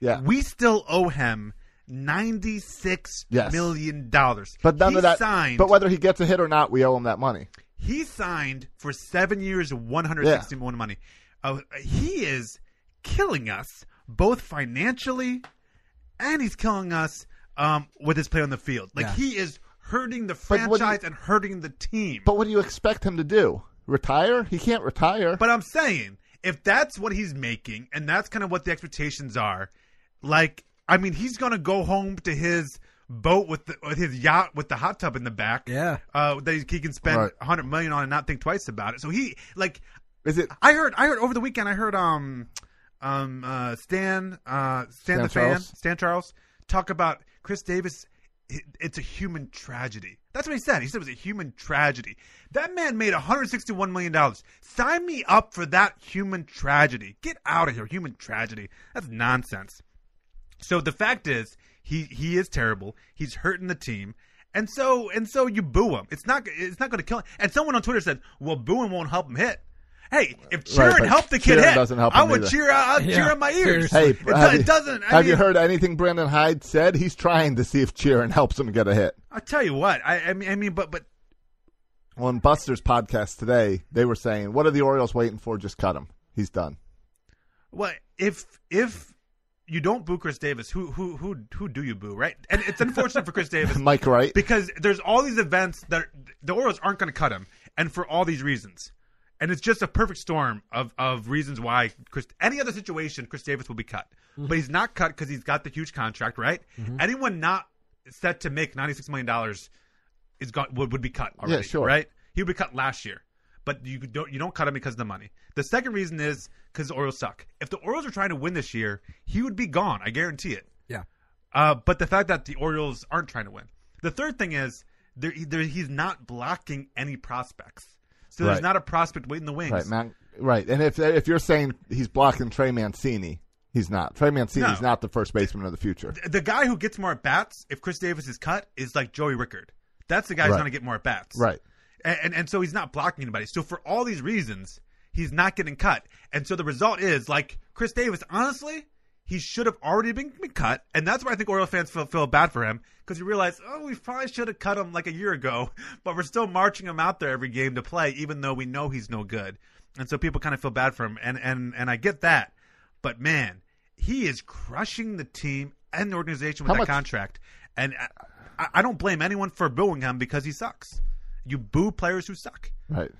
Speaker 2: yeah.
Speaker 3: We still owe him ninety six million
Speaker 2: Yes.
Speaker 3: dollars.
Speaker 2: But none
Speaker 3: he
Speaker 2: of that.
Speaker 3: Signed,
Speaker 2: But whether he gets a hit or not, we owe him that money.
Speaker 3: he signed for seven years, one hundred sixty-one money. Uh, he is killing us both financially, and he's killing us um, with his play on the field. Like
Speaker 5: Yeah.
Speaker 3: he is hurting the
Speaker 2: But what do you-
Speaker 3: franchise and hurting the team.
Speaker 2: But what do you expect him to do? Retire? He can't retire.
Speaker 3: But I'm saying, if that's what he's making, and that's kind of what the expectations are, like, I mean, he's going to go home to his boat with the, with his yacht with the hot tub in the back.
Speaker 5: Yeah.
Speaker 3: uh, that he can spend
Speaker 2: Right.
Speaker 3: a hundred million on and not think twice about it. So he like
Speaker 2: Is
Speaker 3: (laughs)
Speaker 2: it
Speaker 3: I heard I heard over the weekend I heard um um uh Stan uh Stan, the fan
Speaker 2: Charles.
Speaker 3: Stan Charles talk about Chris Davis it- it's a human tragedy. That's what he said. He said it was a human tragedy. That man made 161 million dollars. Sign me up for that human tragedy. Get out of here, human tragedy. That's nonsense. So the fact is, he he is terrible. He's hurting the team, and so and so you boo him. It's not it's not going to kill him. And someone on Twitter said, "Well, booing won't help him hit." Hey, if cheering
Speaker 2: but
Speaker 3: helped the kid
Speaker 2: cheering
Speaker 3: hit,
Speaker 2: doesn't help
Speaker 3: I
Speaker 2: him
Speaker 3: would
Speaker 2: either.
Speaker 3: cheer. I'd cheer
Speaker 5: Yeah,
Speaker 3: in my ears.
Speaker 2: Hey,
Speaker 3: It's-
Speaker 2: have you-
Speaker 3: it doesn't. I
Speaker 2: have you
Speaker 3: mean-
Speaker 2: heard anything Brandon Hyde said? He's trying to see if cheering helps him get a hit.
Speaker 3: I'll tell you what. I, I mean, I mean, but but
Speaker 2: On Buster's podcast today, they were saying, "What are the Orioles waiting for? Just cut him. He's done."
Speaker 3: Well, if if you don't boo Chris Davis, who who who who do you boo, right? And it's unfortunate for Chris Davis
Speaker 2: Mike Wright.
Speaker 3: because there's all these events that the Orioles aren't going to cut him, and for all these reasons. And it's just a perfect storm of, of reasons why Chris any other situation Chris Davis will be cut, but he's not cut because he's got the huge contract, right? Anyone not set to make ninety six million dollars is got would, would be cut already,
Speaker 2: sure.
Speaker 3: right? He would be cut last year, but you don't you don't cut him because of the money. The second reason is because the Orioles suck. If the Orioles are trying to win this year, he would be gone. I guarantee it.
Speaker 5: Yeah.
Speaker 3: Uh, but the fact that the Orioles aren't trying to win. The third thing is there, there, he's not blocking any prospects. So there's
Speaker 2: Right.
Speaker 3: not a prospect waiting in the wings.
Speaker 2: Right, Matt. Right, and if if you're saying he's blocking Trey Mancini, he's not. Trey Mancini's
Speaker 3: No.
Speaker 2: not the first baseman of the future.
Speaker 3: The guy who gets more at bats, if Chris Davis is cut, is like Joey Rickard. That's the guy who's
Speaker 2: Right.
Speaker 3: going to get more at bats.
Speaker 2: Right.
Speaker 3: And, and and so he's not blocking anybody. So for all these reasons, he's not getting cut. And so the result is like Chris Davis. Honestly, he should have already been, been cut, and that's why I think Oriole fans feel, feel bad for him because he realized, oh, we probably should have cut him like a year ago, (laughs) but we're still marching him out there every game to play, even though we know he's no good. And so people kind of feel bad for him, and and and I get that, but man, he is crushing the team and the organization with
Speaker 2: How
Speaker 3: that
Speaker 2: much-
Speaker 3: contract, and. I, I- I don't blame anyone for booing him because he sucks. You boo players who suck.
Speaker 2: Right.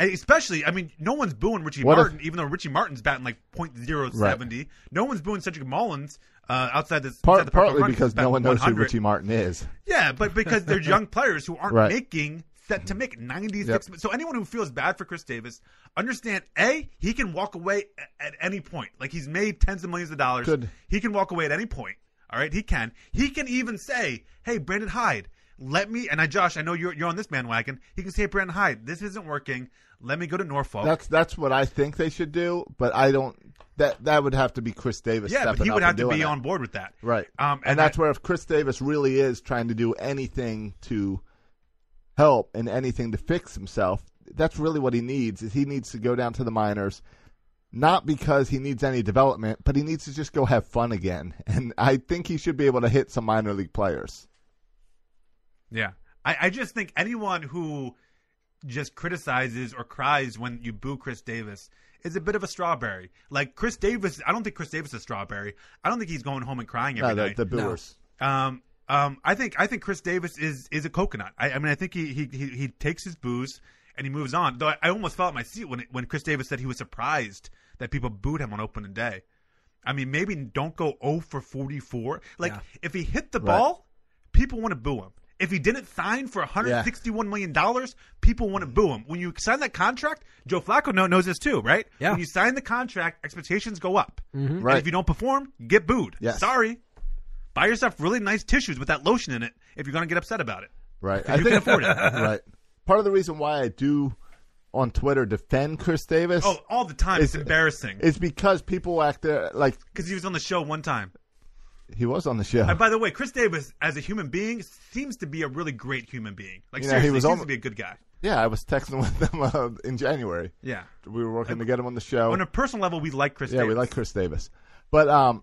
Speaker 3: And especially, I mean, no one's booing Richie
Speaker 2: What if-
Speaker 3: Martin, even though Richie Martin's batting like .070. No one's booing Cedric Mullins uh, outside this. outside
Speaker 2: Part,
Speaker 3: the purple
Speaker 2: partly
Speaker 3: run,
Speaker 2: because
Speaker 3: who's
Speaker 2: no
Speaker 3: batting
Speaker 2: one knows who
Speaker 3: 100.
Speaker 2: Richie Martin is.
Speaker 3: Yeah, but
Speaker 2: (laughs)
Speaker 3: because they're young players who aren't
Speaker 2: Right.
Speaker 3: making set to make 96.
Speaker 2: Yep.
Speaker 3: mi- So anyone who feels bad for Chris Davis, understand A, he can walk away a- at any point. Like he's made tens of millions of dollars.
Speaker 2: Good.
Speaker 3: He can walk away at any point. All right, he can. He can even say, "Hey, Brandon Hyde, let me." And I, Josh, I know you're you're on this bandwagon. He can say, "Brandon Hyde, this isn't working. Let me go to Norfolk."
Speaker 2: That's that's what I think they should do, but I don't. That that would have to be Chris Davis.
Speaker 3: yeah, but
Speaker 2: stepping
Speaker 3: he
Speaker 2: up
Speaker 3: would
Speaker 2: and
Speaker 3: have to
Speaker 2: doing
Speaker 3: be
Speaker 2: that.
Speaker 3: on board with that,
Speaker 2: Right.
Speaker 3: Um,
Speaker 2: and, that's where if Chris Davis really is trying to do anything to help and anything to fix himself, that's really what he needs is he needs to go down to the minors not because he needs any development, but he needs to just go have fun again. (laughs) And I think he should be able to hit some minor league players.
Speaker 3: Yeah. I, I just think anyone who just criticizes or cries when you boo Chris Davis is a bit of a strawberry. Like Chris Davis, I don't think Chris Davis is a strawberry. I don't think he's going home and crying
Speaker 2: No, Uh,
Speaker 3: every
Speaker 2: the,
Speaker 3: night.
Speaker 2: the booers.
Speaker 3: Um, um, I think I think Chris Davis is is a coconut. I, I mean, I think he, he he he takes his booze and he moves on. Though I, I almost fell out my seat when it- when Chris Davis said he was surprised that people booed him on opening day. I mean, maybe don't go 0 for 44. Like if he hit the ball, people want to boo him. If he didn't sign for 161 million dollars, people want to boo him. When you sign that contract, Joe Flacco kno- knows this too, right?
Speaker 5: Yeah.
Speaker 3: When you sign the contract, expectations go up. And
Speaker 2: Right.
Speaker 3: if you don't perform, get booed.
Speaker 2: Yes.
Speaker 3: Sorry, buy yourself really nice tissues with that lotion in it if you're going to get upset about it.
Speaker 2: Right. I think,
Speaker 3: can afford it.
Speaker 2: (laughs) Right. Part of the reason why I do on Twitter defend Chris Davis
Speaker 3: Oh, all the time. It's,
Speaker 2: It's-
Speaker 3: embarrassing.
Speaker 2: is because people act there like
Speaker 3: Because he was on the show one time.
Speaker 2: he was on the show.
Speaker 3: And by the way, Chris Davis, as a human being, seems to be a really great human being. Like,
Speaker 2: You know, he
Speaker 3: seriously,
Speaker 2: was
Speaker 3: seems
Speaker 2: almo-
Speaker 3: to be a good guy.
Speaker 2: Yeah, I was texting (laughs) with them uh, in January.
Speaker 3: Yeah.
Speaker 2: We were working to get him on the show.
Speaker 3: On a personal level, we like Chris
Speaker 2: yeah,
Speaker 3: Davis.
Speaker 2: we like Chris Davis. But um,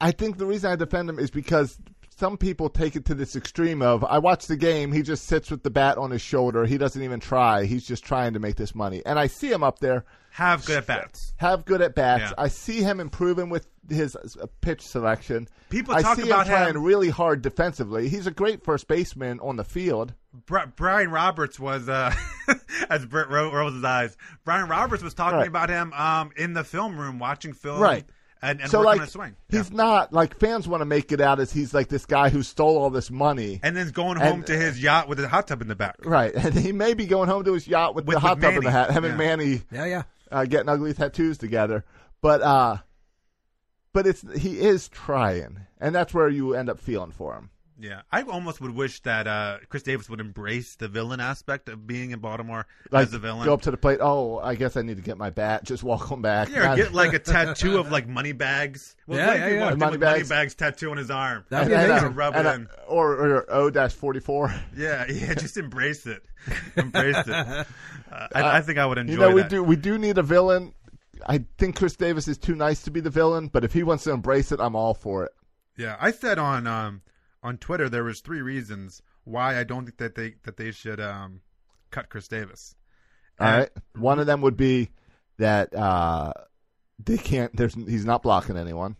Speaker 2: I think the reason I defend him is because some people take it to this extreme of I watch the game, he just sits with the bat on his shoulder, he doesn't even try, he's just trying to make this money. And I see him up there
Speaker 3: Have good at bats.
Speaker 2: have good at bats.
Speaker 3: Yeah.
Speaker 2: I see him improving with his uh, pitch selection.
Speaker 3: People
Speaker 2: I
Speaker 3: talk
Speaker 2: see
Speaker 3: about
Speaker 2: him trying
Speaker 3: him-
Speaker 2: really hard defensively. He's a great first baseman on the field.
Speaker 3: Bri- Brian Roberts was, uh, (laughs) as Brett ro- rolls his eyes, Brian Roberts was talking
Speaker 2: Right.
Speaker 3: about him um, in the film room watching film
Speaker 2: Right.
Speaker 3: and, and
Speaker 2: so
Speaker 3: work
Speaker 2: like
Speaker 3: on a swing.
Speaker 2: he's
Speaker 3: Yeah.
Speaker 2: not like fans want to make it out as he's like this guy who stole all this money.
Speaker 3: and then going home
Speaker 2: and- uh,
Speaker 3: to his yacht with a hot tub in the back.
Speaker 2: Right, (laughs) and he may be going home to his yacht with,
Speaker 3: With-
Speaker 2: the hot
Speaker 3: with
Speaker 2: tub in the
Speaker 3: Manny.
Speaker 2: hat, him and
Speaker 3: Yeah.
Speaker 2: Manny
Speaker 5: Yeah, yeah.
Speaker 2: uh, getting ugly tattoos together. But uh, but it's he is trying, and that's where you end up feeling for him.
Speaker 3: Yeah, I almost would wish that uh, Chris Davis would embrace the villain aspect of being in Baltimore
Speaker 2: Like
Speaker 3: as the villain.
Speaker 2: go up to the plate. Oh, I guess I need to get my bat. Just walk him back.
Speaker 3: yeah, or
Speaker 2: Not- (laughs)
Speaker 3: get like a tattoo of like money bags. Well,
Speaker 5: Yeah,
Speaker 3: what if
Speaker 5: yeah,
Speaker 3: you
Speaker 5: yeah.
Speaker 3: walked in
Speaker 2: Money
Speaker 3: with
Speaker 2: bags.
Speaker 3: money bags tattoo on his arm.
Speaker 5: That'd be
Speaker 2: and, uh,
Speaker 5: amazing.
Speaker 3: Gotta rub it
Speaker 2: and, uh,
Speaker 3: in.
Speaker 2: or or O dash forty four.
Speaker 3: Yeah, (laughs) yeah, just embrace
Speaker 5: (laughs)
Speaker 3: it. Embrace it. Uh, I, I think I would enjoy
Speaker 2: You know, we
Speaker 3: that.
Speaker 2: do we do need a villain. I think Chris Davis is too nice to be the villain, but if he wants to embrace it, I'm all for it.
Speaker 3: Yeah, I said on um, on Twitter there was three reasons why I don't think that they that they should um, cut Chris Davis.
Speaker 2: All right. One of them would be that uh, they can't. There's he's not blocking anyone.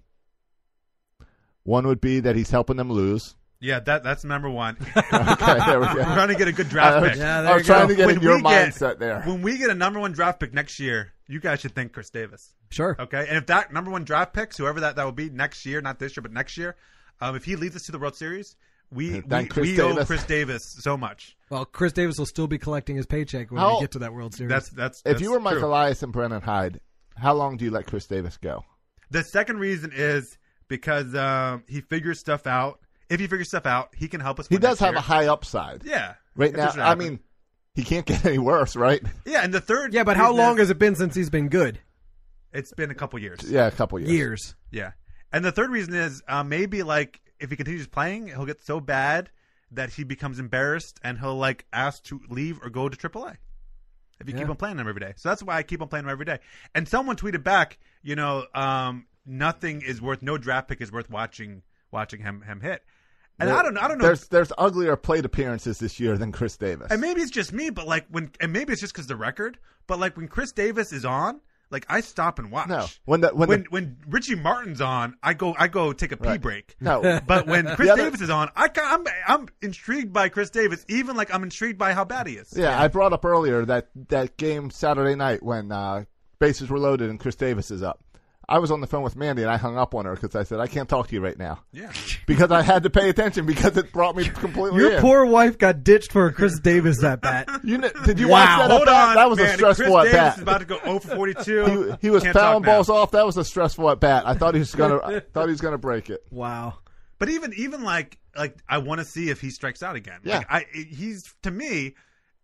Speaker 2: One would be that he's helping them
Speaker 3: (laughs)
Speaker 2: lose.
Speaker 3: Yeah, that that's number one.
Speaker 2: Okay, there we
Speaker 3: We're
Speaker 2: go.
Speaker 3: trying to get a good
Speaker 2: I
Speaker 3: draft
Speaker 2: was,
Speaker 3: pick.
Speaker 5: Yeah,
Speaker 2: I
Speaker 5: there
Speaker 2: was
Speaker 5: you
Speaker 2: trying
Speaker 5: go.
Speaker 2: to get
Speaker 3: When
Speaker 2: in your
Speaker 3: we get-
Speaker 2: mindset there.
Speaker 3: When we get a number one draft pick next year, you guys should thank Chris Davis.
Speaker 5: Sure.
Speaker 3: Okay, and if that number one draft picks, whoever that that will be next year, not this year, but next year, um, if he leads us to the World Series, we we,
Speaker 2: Thank Chris
Speaker 3: we owe
Speaker 2: Davis.
Speaker 3: Chris Davis so much.
Speaker 5: Well, Chris Davis will still be collecting his paycheck when
Speaker 2: How-
Speaker 5: we get to that World Series.
Speaker 3: That's that's
Speaker 2: if
Speaker 3: that's
Speaker 2: you were Mike
Speaker 3: true.
Speaker 2: Elias and Brennan Hyde, how long do you let Chris Davis go?
Speaker 3: The second reason is because um, he figures stuff out. If he figures stuff out, he can help us.
Speaker 2: He
Speaker 3: win
Speaker 2: does
Speaker 3: next
Speaker 2: have
Speaker 3: year.
Speaker 2: a high upside.
Speaker 3: Yeah.
Speaker 2: Right
Speaker 3: If
Speaker 2: now,
Speaker 3: this should
Speaker 2: I
Speaker 3: happen.
Speaker 2: mean, he can't get any worse, right?
Speaker 3: yeah. And the third,
Speaker 5: yeah, but how
Speaker 3: reason
Speaker 5: long
Speaker 3: is,
Speaker 5: has it been since he's been good?
Speaker 3: it's been a couple years?
Speaker 2: Yeah, a couple years.
Speaker 5: Years.
Speaker 3: Yeah. And the third reason is uh, maybe like if he continues playing, he'll get so bad that he becomes embarrassed and he'll like ask to leave or go to AAA. If you
Speaker 5: Yeah.
Speaker 3: keep on playing him every day, so that's why I keep on playing him every day. And someone tweeted back, you know, um, nothing is worth, no draft pick is worth watching watching him him hit. And I don't, I don't know.
Speaker 2: There's there's uglier plate appearances this year than Chris Davis.
Speaker 3: And maybe it's just me, but like when, and maybe it's just because the record. But like when Chris Davis is on, like I stop and watch.
Speaker 2: No, when the- when the-
Speaker 3: when, when Richie Martin's on, I go I go take a pee
Speaker 2: Right.
Speaker 3: break.
Speaker 2: No.
Speaker 3: (laughs)
Speaker 2: (laughs)
Speaker 3: but when Chris
Speaker 2: other-
Speaker 3: Davis is on, I ca- I'm I'm intrigued by Chris Davis. Even like I'm intrigued by how bad he is.
Speaker 2: yeah, I brought up earlier that that game Saturday night when uh, bases were loaded and Chris Davis is up. I was on the phone with Mandy and I hung up on her because I said I can't talk to you right now (laughs)
Speaker 3: Yeah.
Speaker 2: because I had to pay attention because it brought
Speaker 3: (laughs)
Speaker 2: me completely.
Speaker 5: Your
Speaker 2: in.
Speaker 5: poor wife got ditched for a Chris Davis
Speaker 2: (laughs)
Speaker 5: that bat.
Speaker 2: You kn- did you watch
Speaker 5: Wow.
Speaker 2: that? at
Speaker 3: Hold
Speaker 2: bat?
Speaker 3: on,
Speaker 2: that was
Speaker 3: man.
Speaker 2: a stressful
Speaker 3: Chris
Speaker 2: at
Speaker 3: Davis
Speaker 2: bat.
Speaker 3: is about to go
Speaker 2: (laughs)
Speaker 3: 0 for 42.
Speaker 2: he, he was
Speaker 3: Can't talk
Speaker 2: fouling
Speaker 3: now.
Speaker 2: balls off. That was a stressful at bat. I thought he was gonna. I thought he was gonna break it.
Speaker 5: Wow.
Speaker 3: But even even like like I want to see if he strikes out again.
Speaker 2: Yeah.
Speaker 3: Like I he's to me,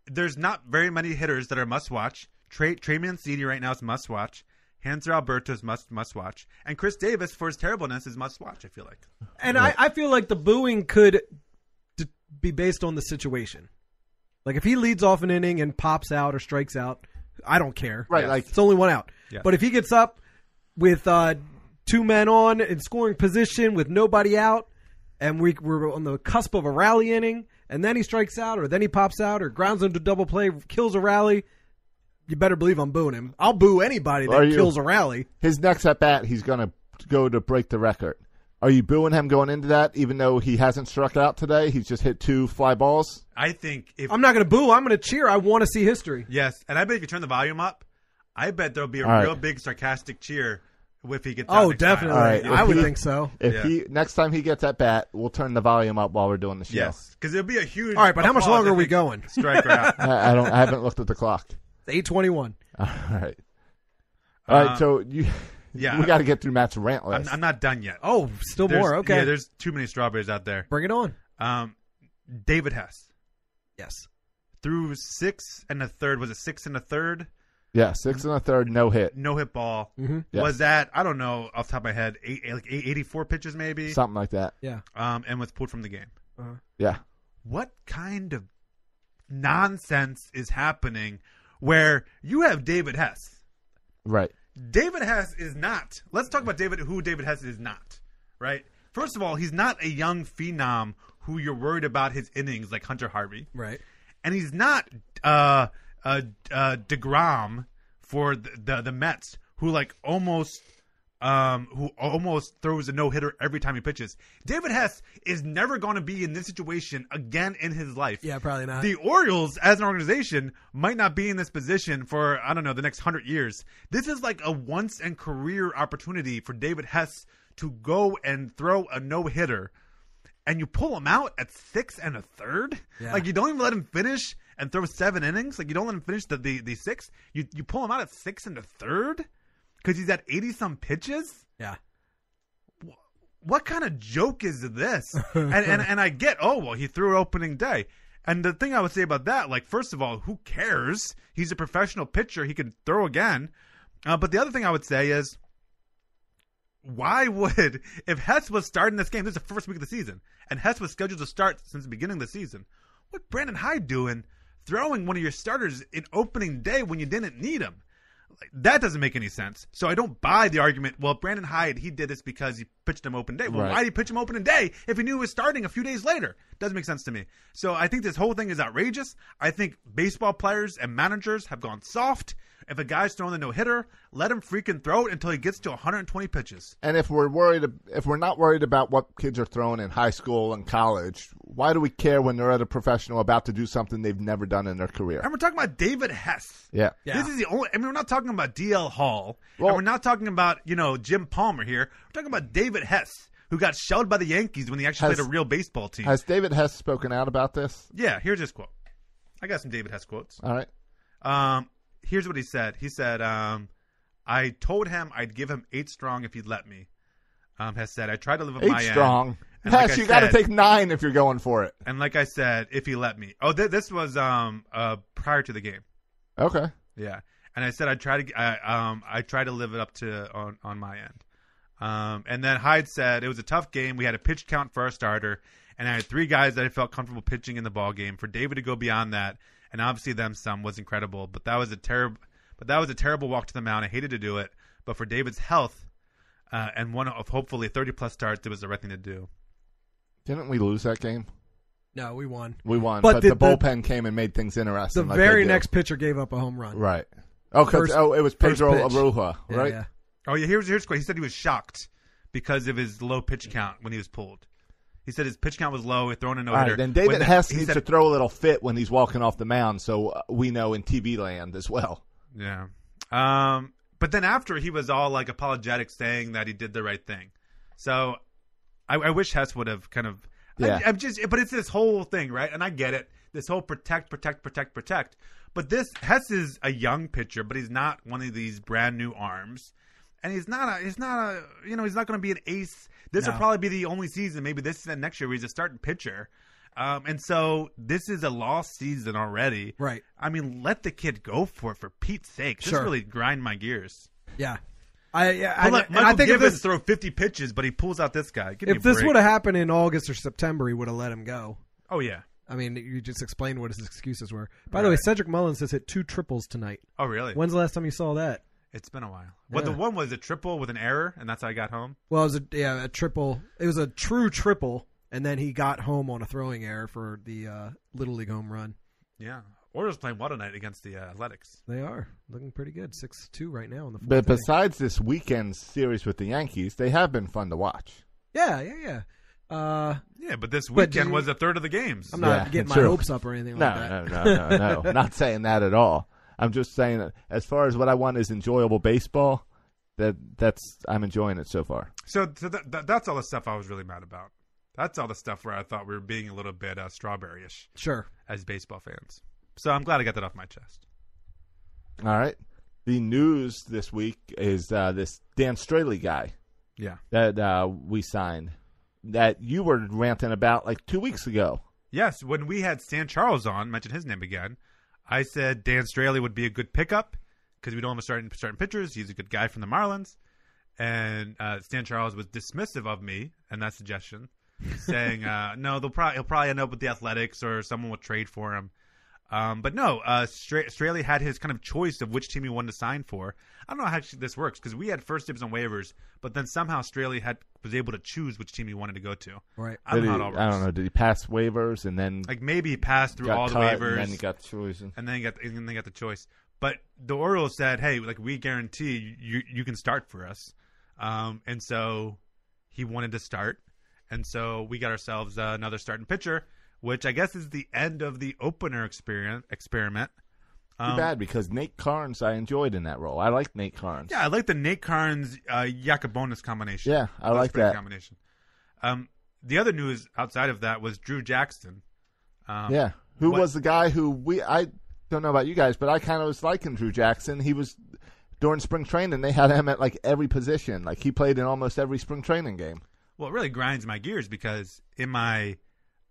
Speaker 3: there's not very many hitters that are must watch. Trey Trey Mancini right now is must watch. Hanser Alberto is must must watch, and Chris Davis for his terribleness is must watch. I feel like.
Speaker 5: And I, I feel like the booing could d- be based on the situation. Like if he leads off an inning and pops out or strikes out, I don't care.
Speaker 2: Right, Yes. like-
Speaker 5: it's only one out.
Speaker 3: Yes.
Speaker 5: But if he gets up with uh, two men on in scoring position with nobody out, and we, we're on the cusp of a rally inning, and then he strikes out, or then he pops out, or grounds into double play, kills a rally. You better believe I'm booing him. I'll boo anybody that
Speaker 2: Are you-
Speaker 5: kills a rally.
Speaker 2: His next at bat, he's gonna go to break the record. Are you booing him going into that, even though he hasn't struck out today? He's just hit two fly balls.
Speaker 3: I think if
Speaker 5: I'm not going to boo. I'm going to cheer. I want to see history.
Speaker 3: yes, and I bet if you turn the volume up, I bet there'll be a
Speaker 2: All right.
Speaker 3: real big sarcastic cheer if he gets. out
Speaker 5: Oh,
Speaker 3: next time.
Speaker 5: definitely.
Speaker 2: All right. (laughs)
Speaker 5: I would
Speaker 2: If he-
Speaker 5: think so.
Speaker 2: If
Speaker 3: Yeah.
Speaker 2: he next time he gets at bat, we'll turn the volume up while we're doing the show.
Speaker 3: Yes, because it'll be a huge.
Speaker 5: All right, but how much
Speaker 3: applause
Speaker 5: longer
Speaker 3: if
Speaker 5: are we
Speaker 3: he
Speaker 5: going?
Speaker 3: Strike her
Speaker 5: (laughs)
Speaker 3: out.
Speaker 2: (laughs) I, I don't. I haven't looked at the clock. (laughs)
Speaker 5: It's eight twenty-one.
Speaker 2: All right. All right.
Speaker 3: Uh,
Speaker 2: so you. (laughs)
Speaker 3: yeah,
Speaker 2: We got to get through Matt's rant list.
Speaker 3: I'm, I'm not done yet.
Speaker 5: Oh, still
Speaker 3: There's-
Speaker 5: more. Okay,
Speaker 3: Yeah, there's too many strawberries out there.
Speaker 5: bring it on.
Speaker 3: Um, David Hess
Speaker 5: Yes.
Speaker 3: threw six and a third. Was it six and a third?
Speaker 2: yeah, six and a third, no hit,
Speaker 3: No hit ball.
Speaker 5: Mhm.
Speaker 2: Yes.
Speaker 3: Was that I don't know off the top of my head eight, like eight, 84 pitches maybe.
Speaker 2: something like that.
Speaker 5: Yeah.
Speaker 3: Um, and was pulled from the game.
Speaker 2: Yeah.
Speaker 3: What kind of nonsense is happening where you have David Hess?
Speaker 2: Right.
Speaker 3: David Hess is not. Let's talk about David. Who David Hess is not, right? First of all, he's not a young phenom who you're worried about his innings like Hunter Harvey.
Speaker 5: Right.
Speaker 3: and he's not uh, uh, uh, Degrom for the, the the Mets, who like almost um, who almost throws a no hitter every time he pitches. David Hess is never going to be in this situation again in his life.
Speaker 5: Yeah, probably not.
Speaker 3: The Orioles, as an organization, might not be in this position for, I don't know, the next 100 years. This is like a once and career opportunity for David Hess to go and throw a no hitter. And you pull him out at six and a third?
Speaker 5: Yeah.
Speaker 3: Like, you don't even let him finish and throw seven innings? Like, you don't let him finish the, the, the sixth? You, you pull him out at six and a third? Because he's at 80 some pitches?
Speaker 5: yeah.
Speaker 3: what kind of joke is this? and, and and I get, oh well, he threw it opening day. And the thing I would say about that, like, first of all, who cares? He's a professional pitcher; he can throw again. Uh, but the other thing I would say is, why would (laughs) if Hess was starting this game? This is the first week of the season, and Hess was scheduled to start since the beginning of the season. What Brandon Hyde doing throwing one of your starters in opening day when you didn't need him? Like, that doesn't make any sense. So I don't buy the argument. Well, Brandon Hyde he did this because he pitched him open day. Well,
Speaker 2: Right.
Speaker 3: why did he pitch him opening day if he knew he was starting a few days later? Doesn't make sense to me. So I think this whole thing is outrageous. I think baseball players and managers have gone soft. If a guy's throwing a no hitter, let him freaking throw it until he gets to 120 pitches.
Speaker 2: And if we're worried, if we're not worried about what kids are throwing in high school and college, why do we care when they're at a professional about to do something they've never done in their career?
Speaker 3: And we're talking about David Hess.
Speaker 2: Yeah.
Speaker 5: Yeah.
Speaker 3: This is the only. I mean, we're not talking about DL Hall.
Speaker 2: Well-
Speaker 3: and we're not talking about you know Jim Palmer here. We're talking about David Hess, who got shelled by the Yankees when he actually
Speaker 2: Has-
Speaker 3: played a real baseball team.
Speaker 2: Has David Hess spoken out about this?
Speaker 3: yeah. Here's his quote. I got some David Hess quotes.
Speaker 2: All right.
Speaker 3: Um, here's what he said. He said, um, "I told him I'd give him eight strong if he'd let me." Um, Hess said, "I tried to live with
Speaker 2: Eight
Speaker 5: uh,
Speaker 3: my end."
Speaker 2: strong.
Speaker 3: And
Speaker 2: Hess,
Speaker 3: like I
Speaker 2: you got to
Speaker 3: said-
Speaker 2: take nine if you're going for it.
Speaker 3: And like I said, if he let me. Oh, th- this was um uh prior to the game.
Speaker 2: Okay.
Speaker 3: Yeah, and I said I try to I, um I try to live it up to on on my end. Um, and then Hyde said it was a tough game. We had a pitch count for our starter, and I had three guys that I felt comfortable pitching in the ball game. For David to go beyond that, and obviously them some was incredible. But that was a terrible, but that was a terrible walk to the mound. I hated to do it, but for David's health. Uh, and one of hopefully 30 plus starts, it was the right thing to do.
Speaker 2: Didn't we lose that game?
Speaker 5: No, we won.
Speaker 2: We won, but,
Speaker 5: But the-
Speaker 2: the,
Speaker 5: the-
Speaker 2: bullpen came and made things interesting.
Speaker 5: The
Speaker 2: like they
Speaker 5: very
Speaker 2: do.
Speaker 5: next pitcher gave up a home run.
Speaker 2: right? Oh, 'cause-
Speaker 5: First-
Speaker 2: oh, it was
Speaker 5: first
Speaker 2: Pedro
Speaker 5: pitch.
Speaker 2: Aruja,
Speaker 5: Yeah,
Speaker 2: right?
Speaker 5: yeah.
Speaker 3: Oh yeah, here's here's quite. He said he was shocked because of his low pitch count when he was pulled. He said his pitch count was low. He thrown a no
Speaker 2: All right,
Speaker 3: hitter.
Speaker 2: then David Hess needs
Speaker 3: said,
Speaker 2: to throw a little fit when he's walking off the mound, so uh, we know in TB land as well.
Speaker 3: Yeah. Um. But then after he was all like apologetic, saying that he did the right thing. So, I, I wish Hess would have kind of.
Speaker 2: Yeah.
Speaker 3: I, am just. But it's this whole thing, right? And I get it. This whole protect, protect, protect, protect. But this Hess is a young pitcher, but he's not one of these brand new arms. and he's not a he's not a you know he's not going to be an ace. This will probably be the only season, maybe this and next year, where he's a starting pitcher. Um, and so this is a lost season already.
Speaker 5: Right.
Speaker 3: I mean, let the kid go for it for Pete's sake. This
Speaker 5: Sure.
Speaker 3: really grind my gears.
Speaker 5: Yeah. I yeah, I,
Speaker 3: I, let
Speaker 5: and
Speaker 3: Michael
Speaker 5: I think if
Speaker 3: Givens
Speaker 5: this
Speaker 3: throw fifty pitches, but he pulls out this guy. Give me
Speaker 5: if
Speaker 3: a
Speaker 5: this
Speaker 3: break.
Speaker 5: would have happened in August or September, he would have let him go.
Speaker 3: oh yeah,
Speaker 5: I mean, you just explained what his excuses were. By the way,
Speaker 3: Right.
Speaker 5: Cedric Mullins has hit two triples tonight.
Speaker 3: oh really?
Speaker 5: When's the last time you saw that?
Speaker 3: it's been a while. Well, the
Speaker 5: Yeah.
Speaker 3: one was a triple with an error, and that's how I got home.
Speaker 5: Well, it was a yeah, a triple. It was a true triple, and then he got home on a throwing error for the uh, little league home run.
Speaker 3: Yeah, Orioles playing well tonight against the uh, Athletics.
Speaker 5: They are looking pretty good, six two right now in the fourth.
Speaker 2: But
Speaker 5: inning.
Speaker 2: besides this weekend's series with the Yankees, they have been fun to watch.
Speaker 5: yeah, yeah, yeah. Uh,
Speaker 3: Yeah, but this
Speaker 5: But do
Speaker 3: weekend
Speaker 5: you-
Speaker 3: was a third of the games.
Speaker 5: I'm not
Speaker 2: Yeah,
Speaker 5: getting my
Speaker 2: true.
Speaker 5: hopes up or anything
Speaker 2: No,
Speaker 5: like that.
Speaker 2: no, no, no, no. Not saying that at all. I'm just saying that as far as what I want is enjoyable baseball. That that's I'm enjoying it so far.
Speaker 3: So, so that, that, that's all the stuff I was really mad about. That's all the stuff where I thought we were being a little bit uh, strawberry-ish
Speaker 5: Sure.
Speaker 3: as baseball fans. So I'm glad I got that off my chest.
Speaker 2: All right. The news this week is uh, this Dan Straley guy
Speaker 3: Yeah.
Speaker 2: that uh, we signed that you were ranting about like two weeks ago.
Speaker 3: Yes, when we had Stan Charles on, mention his name again, I said Dan Straley would be a good pickup because we don't have a starting, starting pitchers. He's a good guy from the Marlins. And uh, Stan Charles was dismissive of me and that suggestion, saying, uh, (laughs) no, they'll probably, he'll probably end up with the Athletics or someone will trade for him. Um, but no, uh, Stra- Straley had his kind of choice of which team he wanted to sign for. I don't know how this works because we had first dibs on waivers, but then somehow Straley had was able to choose which team he wanted to go to.
Speaker 5: Right.
Speaker 3: I don't
Speaker 2: Did
Speaker 3: know how
Speaker 2: he-
Speaker 3: it all works.
Speaker 2: I don't know. Did he pass waivers and then
Speaker 3: Like maybe he passed through
Speaker 2: got
Speaker 3: all the
Speaker 2: cut
Speaker 3: waivers,
Speaker 2: and then he got chosen?
Speaker 3: and then he got the, and then he got the choice. But the Orioles said, "Hey, like we guarantee you, you can start for us." Um, and so he wanted to start. And so we got ourselves uh, another starting pitcher, which I guess is the end of the opener experiment. experiment.
Speaker 2: Too bad because Nate Carnes I enjoyed in that role. I liked Nate Carnes.
Speaker 3: Yeah, I like the Nate Carnes uh, Yacobonis combination.
Speaker 2: Yeah, I
Speaker 3: That's
Speaker 2: like
Speaker 3: pretty
Speaker 2: that.
Speaker 3: combination. Um, the other news outside of that was Drew Jackson. Um,
Speaker 2: Yeah. Who
Speaker 3: What-
Speaker 2: was the guy who we I don't know about you guys, but I kind of was liking Drew Jackson. He was during spring training. They had him at like every position. Like he played in almost every spring training game.
Speaker 3: Well, it really grinds my gears because in my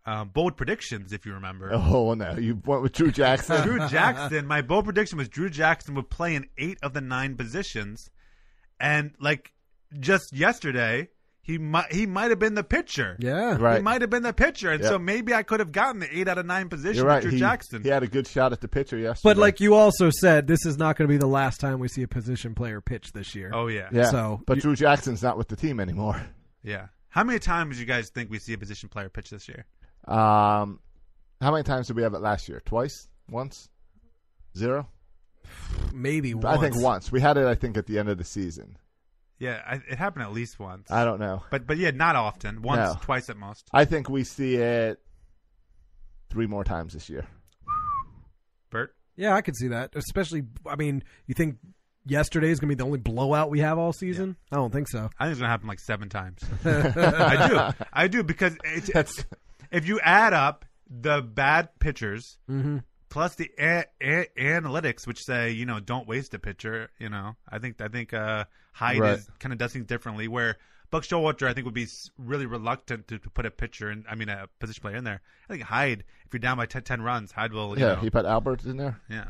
Speaker 3: uh, bold predictions, if you remember,
Speaker 2: Oh no, you went with Drew Jackson.
Speaker 3: (laughs) Drew Jackson, my bold prediction was Drew Jackson would play in eight of the nine positions, and like just yesterday, he might he might have been the pitcher.
Speaker 5: Yeah.
Speaker 2: Right.
Speaker 3: He might have been the pitcher, and
Speaker 2: Yeah.
Speaker 3: so maybe I could have gotten the eight out of nine position
Speaker 2: You're right.
Speaker 3: with Drew
Speaker 2: he,
Speaker 3: Jackson.
Speaker 2: He had a good shot at the pitcher yesterday.
Speaker 5: But like you also said, this is not going to be the last time we see a position player pitch this year.
Speaker 3: Oh yeah,
Speaker 2: yeah.
Speaker 5: so
Speaker 2: but
Speaker 5: you-
Speaker 2: Drew Jackson's not with the team anymore. (laughs)
Speaker 3: yeah. How many times you guys think we see a position player pitch this year?
Speaker 2: Um, how many times did we have it last year? Twice? Once? Zero?
Speaker 5: maybe
Speaker 2: I think once. We had it. I think at the end of the season.
Speaker 3: Yeah, I, it happened at least once.
Speaker 2: I don't know.
Speaker 3: but but yeah, not often. Once,
Speaker 2: No.
Speaker 3: twice at most.
Speaker 2: I think we see it three more times this year.
Speaker 3: Bert.
Speaker 5: Yeah, I could see that. Especially, I mean, you think yesterday is going to be the only blowout we have all season? I don't think so.
Speaker 3: I think it's gonna happen like
Speaker 2: (laughs)
Speaker 3: seven times. I do, I do, because it's,
Speaker 2: That's-
Speaker 3: if you add up the bad pitchers
Speaker 2: Mm-hmm.
Speaker 3: plus the a- a- analytics, which say you know don't waste a pitcher, you know, I think I think uh, Hyde
Speaker 2: Right.
Speaker 3: is kind of does things differently. Where Buck Showalter, I think, would be s- really reluctant to, to put a pitcher in. I mean, a position player in there. I think Hyde, if you're down by 10, 10 runs, Hyde will. You
Speaker 2: Yeah,
Speaker 3: know,
Speaker 2: he put Albert in there.
Speaker 3: yeah.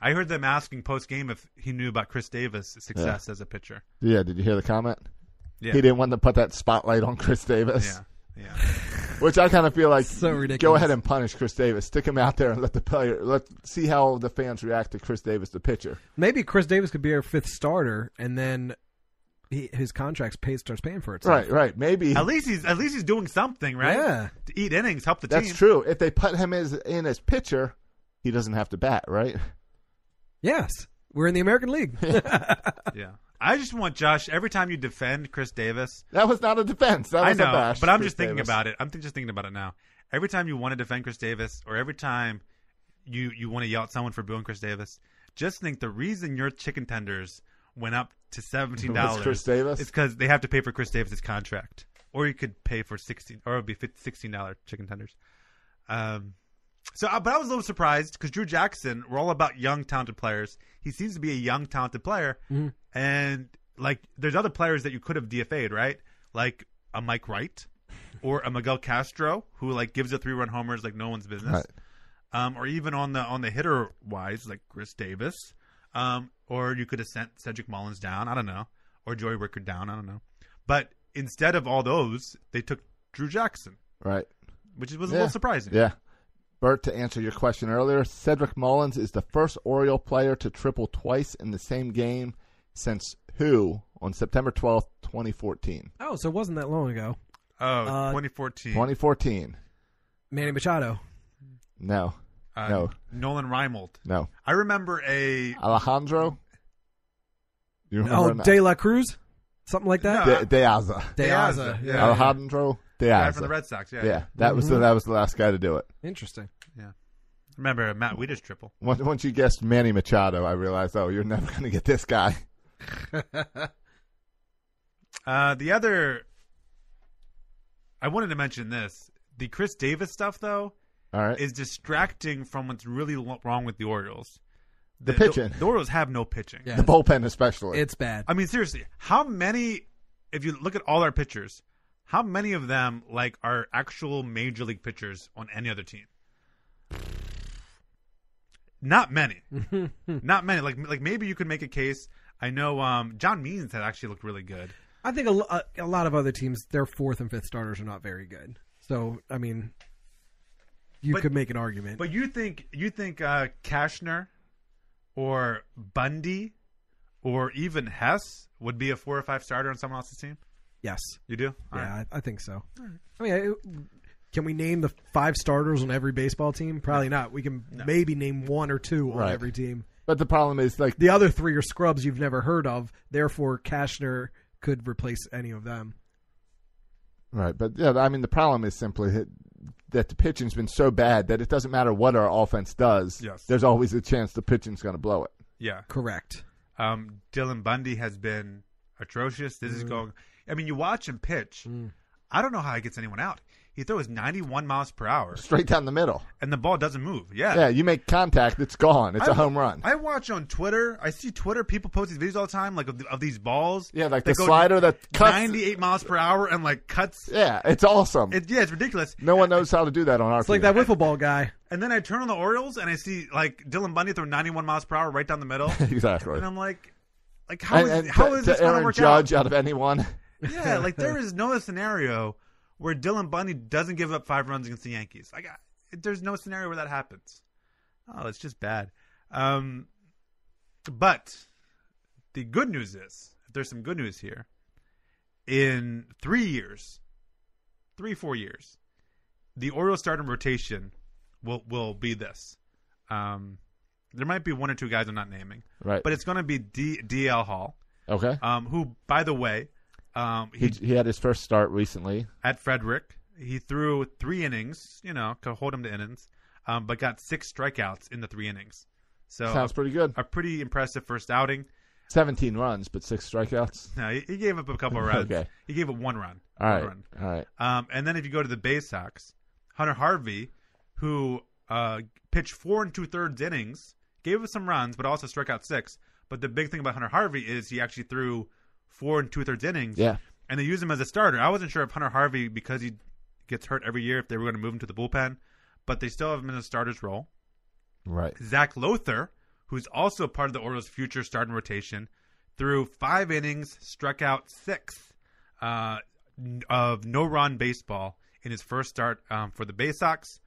Speaker 3: I heard them asking post game if he knew about Chris Davis' success as a pitcher.
Speaker 2: Yeah, did you hear the comment?
Speaker 3: Yeah.
Speaker 2: He didn't want to put that spotlight on Chris Davis,
Speaker 3: Yeah. Yeah.
Speaker 2: (laughs) which I kind of feel like
Speaker 5: So ridiculous.
Speaker 2: go ahead and punish Chris Davis, stick him out there and let the player let see how the fans react to Chris Davis, the pitcher.
Speaker 5: Maybe Chris Davis could be our fifth starter, and then he, his contracts pay, starts paying for itself.
Speaker 2: Right, right. (laughs) Maybe
Speaker 3: At least he's at least he's doing something, right?
Speaker 5: Yeah.
Speaker 3: To eat innings, help the
Speaker 2: that's
Speaker 3: team.
Speaker 2: true. If they put him as in as pitcher, he doesn't have to bat, right?
Speaker 5: Yes, we're in the American League. (laughs)
Speaker 3: Yeah. I just want Josh every time you defend Chris Davis.
Speaker 2: That was not a defense. That
Speaker 3: I
Speaker 2: was a
Speaker 3: know,
Speaker 2: bash
Speaker 3: but I'm
Speaker 2: Chris
Speaker 3: just thinking
Speaker 2: Davis.
Speaker 3: about it. I'm th- just thinking about it now. Every time you want to defend Chris Davis, or every time you you want to yell at someone for booing Chris Davis, just think the reason your chicken tenders went up to seventeen
Speaker 2: Was
Speaker 3: dollars
Speaker 2: Chris Davis?
Speaker 3: is because they have to pay for Chris Davis's contract, or you could pay for sixteen, or it would be 50, sixteen dollar chicken tenders. Um, so, uh, but I was a little surprised because Drew Jackson, we're all about young, talented players. He seems to be a young, talented player,
Speaker 2: Mm-hmm.
Speaker 3: and like there's other players that you could have DFA'd, right? Like a Mike Wright or a Miguel Castro, who like gives a three-run homers like no one's business,
Speaker 2: Right.
Speaker 3: um, or even on the on the hitter wise, like Chris Davis, um, or you could have sent Cedric Mullins down. I don't know, or Joey Rickard down. I don't know, but instead of all those, they took Drew Jackson,
Speaker 2: Right.
Speaker 3: which was a
Speaker 2: Yeah.
Speaker 3: little surprising.
Speaker 2: Yeah. Bert, to answer your question earlier, Cedric Mullins is the first Oriole player to triple twice in the same game since who on September 12th, 2014.
Speaker 5: oh, so it wasn't that long ago.
Speaker 3: Oh,
Speaker 5: Uh,
Speaker 3: 2014.
Speaker 2: 2014.
Speaker 5: Manny Machado.
Speaker 2: No.
Speaker 3: uh,
Speaker 2: no.
Speaker 3: Nolan Reimold.
Speaker 2: No.
Speaker 3: I remember a
Speaker 2: Alejandro? You
Speaker 5: Oh,
Speaker 2: that?
Speaker 5: De La Cruz, something like that.
Speaker 2: De- Deaza.
Speaker 5: Deaza.
Speaker 3: Deaza, yeah.
Speaker 2: Alejandro
Speaker 3: guy
Speaker 2: Deaza.
Speaker 3: from the Red Sox. Yeah,
Speaker 2: yeah. That was the, that was the last guy to do it.
Speaker 5: Interesting.
Speaker 3: Remember a Matt Wieters triple.
Speaker 2: Once, once you guessed Manny Machado, I realized, oh, you're never (laughs) going to get this guy.
Speaker 3: Uh, the other, I wanted to mention this. The Chris Davis stuff though
Speaker 2: All right.
Speaker 3: is distracting from what's really lo- wrong with the Orioles.
Speaker 2: The pitching.
Speaker 3: The, Orioles have no pitching.
Speaker 5: Yeah.
Speaker 2: the bullpen especially.
Speaker 5: It's bad.
Speaker 3: I mean, seriously, how many? If you look at all our pitchers, how many of them like are actual major league pitchers on any other team? Not many. Not many. Like like maybe you could make a case. I know um, John Means had actually looked really good.
Speaker 5: I think a, lo- a, a lot of other teams, their fourth and fifth starters are not very good. So, I mean, you
Speaker 3: But-
Speaker 5: could make an argument.
Speaker 3: But you think you think uh, Kashner or Bundy or even Hess would be a four or five starter on someone else's team?
Speaker 5: yes.
Speaker 3: You do? All
Speaker 5: yeah,
Speaker 3: right.
Speaker 5: I, I think so. I mean, I- can we name the five starters on every baseball team? Probably not. We can maybe name one or two on
Speaker 2: Right.
Speaker 5: every team.
Speaker 2: but the problem is, like,
Speaker 5: The other three are scrubs you've never heard of. Therefore, Kashner, could replace any of them.
Speaker 2: Right, but yeah, I mean the problem is simply that- that the pitching's been so bad that it doesn't matter what our offense does.
Speaker 3: Yes.
Speaker 2: there's always a chance the pitching's going to blow it.
Speaker 3: Yeah.
Speaker 5: Correct.
Speaker 3: Um, Dylan Bundy has been atrocious. This
Speaker 2: Mm.
Speaker 3: is going. I mean, you watch him pitch. I don't know how he gets anyone out. He throws 91 miles per hour,
Speaker 2: Straight down the middle.
Speaker 3: and the ball doesn't move. Yeah.
Speaker 2: Yeah, you make contact, it's gone. It's a
Speaker 3: I-
Speaker 2: home run.
Speaker 3: I watch on Twitter. I see Twitter people post these videos all the time, like of, of these balls.
Speaker 2: Yeah, like
Speaker 3: that
Speaker 2: the
Speaker 3: go
Speaker 2: slider that cuts-
Speaker 3: 98 miles per hour and like cuts.
Speaker 2: yeah, it's awesome.
Speaker 3: It, yeah, it's ridiculous.
Speaker 2: no one knows how to do that on our.
Speaker 5: It's like that
Speaker 2: field.
Speaker 5: wiffle ball guy.
Speaker 3: And then I turn on the Orioles and I see like Dylan Bundy throw 91 miles per hour right down
Speaker 2: (laughs)
Speaker 3: the middle.
Speaker 2: Exactly.
Speaker 3: And I'm like, like how is
Speaker 2: and, and
Speaker 3: how
Speaker 2: to-
Speaker 3: is
Speaker 2: to
Speaker 3: this going
Speaker 2: Aaron
Speaker 3: to work
Speaker 2: Judge out of anyone?
Speaker 3: out? Yeah, like there is no scenario where Dylan Bundy doesn't give up five runs against the Yankees. Like I, there's no scenario where that happens. Oh, it's just bad. Um, but the good news is there's some good news here. In three years, three four years, the Orioles starting rotation will will be this. Um, there might be one or two guys I'm not naming,
Speaker 2: Right.
Speaker 3: But it's going to be D, DL Hall,
Speaker 2: Okay.
Speaker 3: um, who, by the way, um,
Speaker 2: he,
Speaker 3: he
Speaker 2: he had his first start recently.
Speaker 3: at Frederick he threw three innings, you know, to hold him to innings, um, but got six strikeouts in the three innings. So
Speaker 2: Sounds pretty good.
Speaker 3: a pretty impressive first outing.
Speaker 2: 17 runs, but six strikeouts.
Speaker 3: No, he, he gave up a couple of
Speaker 2: (laughs)
Speaker 3: runs.
Speaker 2: Okay.
Speaker 3: He gave up one run.
Speaker 2: All
Speaker 3: One
Speaker 2: right.
Speaker 3: run.
Speaker 2: All right.
Speaker 3: Um, and then if you go to the Bay Sox, Hunter Harvey, who uh, pitched four and two thirds innings, gave us some runs, but also struck out six. But the big thing about Hunter Harvey is he actually threw four and two thirds innings.
Speaker 2: Yeah.
Speaker 3: And they used him as a starter. I wasn't sure if Hunter Harvey, because he gets hurt every year, if they were going to move him to the bullpen, but they still have him in a starter's role.
Speaker 2: Right.
Speaker 3: Zach Lothar, who's also part of the Orioles' future starting rotation, threw five innings, struck out six uh, n- of no run baseball in his first start um, for the Bay Sox.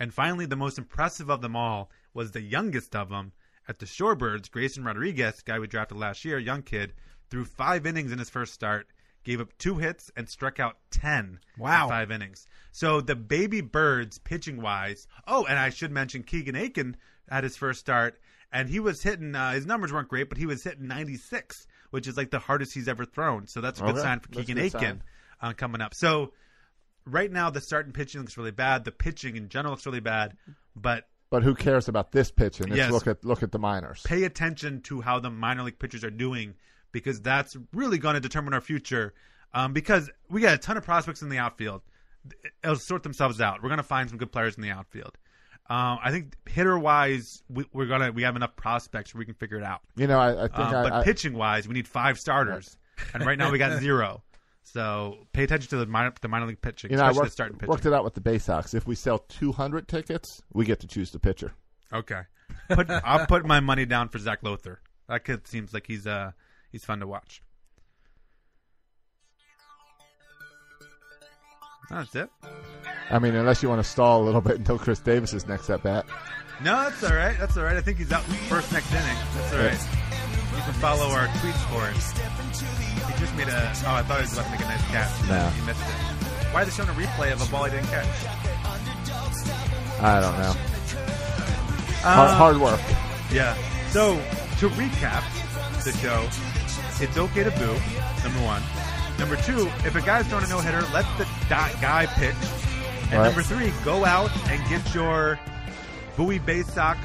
Speaker 3: And finally, the most impressive of them all was the youngest of them at the Shorebirds, Grayson Rodriguez, guy we drafted last year, young kid, threw five innings in his first start, gave up two hits, and struck out 10
Speaker 5: Wow.
Speaker 3: in five innings. So the baby birds, pitching wise, oh, and I should mention Keegan Aiken at his first start, and he was hitting, uh, his numbers weren't great, but he was hitting 96, which is like the hardest he's ever thrown. So that's a good
Speaker 2: Okay.
Speaker 3: sign for
Speaker 2: That's a
Speaker 3: Keegan
Speaker 2: good
Speaker 3: Aiken
Speaker 2: sign.
Speaker 3: uh, coming up. So right now the starting pitching looks really bad. The pitching in general looks really bad, but
Speaker 2: But who cares about this pitching? Let's
Speaker 3: Yes.
Speaker 2: look at look at the minors.
Speaker 3: pay attention to how the minor league pitchers are doing because that's really going to determine our future. Um, because we got a ton of prospects in the outfield, it'll sort themselves out. We're going to find some good players in the outfield. Um, I think hitter wise, we, we're gonna we have enough prospects where we can figure it out.
Speaker 2: You know, I, I think
Speaker 3: Um,
Speaker 2: I,
Speaker 3: but
Speaker 2: I-
Speaker 3: pitching wise, we need five starters, and right now we got zero. So pay attention to the minor the minor league pitching,
Speaker 2: you know, I
Speaker 3: especially the
Speaker 2: worked,
Speaker 3: starting pitching.
Speaker 2: worked it out with the Bay Sox. If we sell 200 tickets, we get to choose the pitcher.
Speaker 3: Okay. Put, I'll put my money down for Zach Lothar. That kid seems like he's uh he's fun to watch. That's it.
Speaker 2: I mean, unless you want to stall a little bit until Chris Davis is next at bat.
Speaker 3: No, that's all right. That's all right. I think he's out first next inning. That's all right. You can follow our tweets for it. He just made a. Oh, I thought he was about to make a nice catch.
Speaker 2: No.
Speaker 3: he missed it. Why are they showing a replay of a ball he didn't catch?
Speaker 2: I don't know.
Speaker 3: Um,
Speaker 2: hard, hard work.
Speaker 3: Yeah. So to recap the show, it's okay to boo. Number one. Number two, if a guy's throwing a no hitter, let the dot guy pitch. And
Speaker 2: Right.
Speaker 3: number three, go out and get your Bowie Bay Sox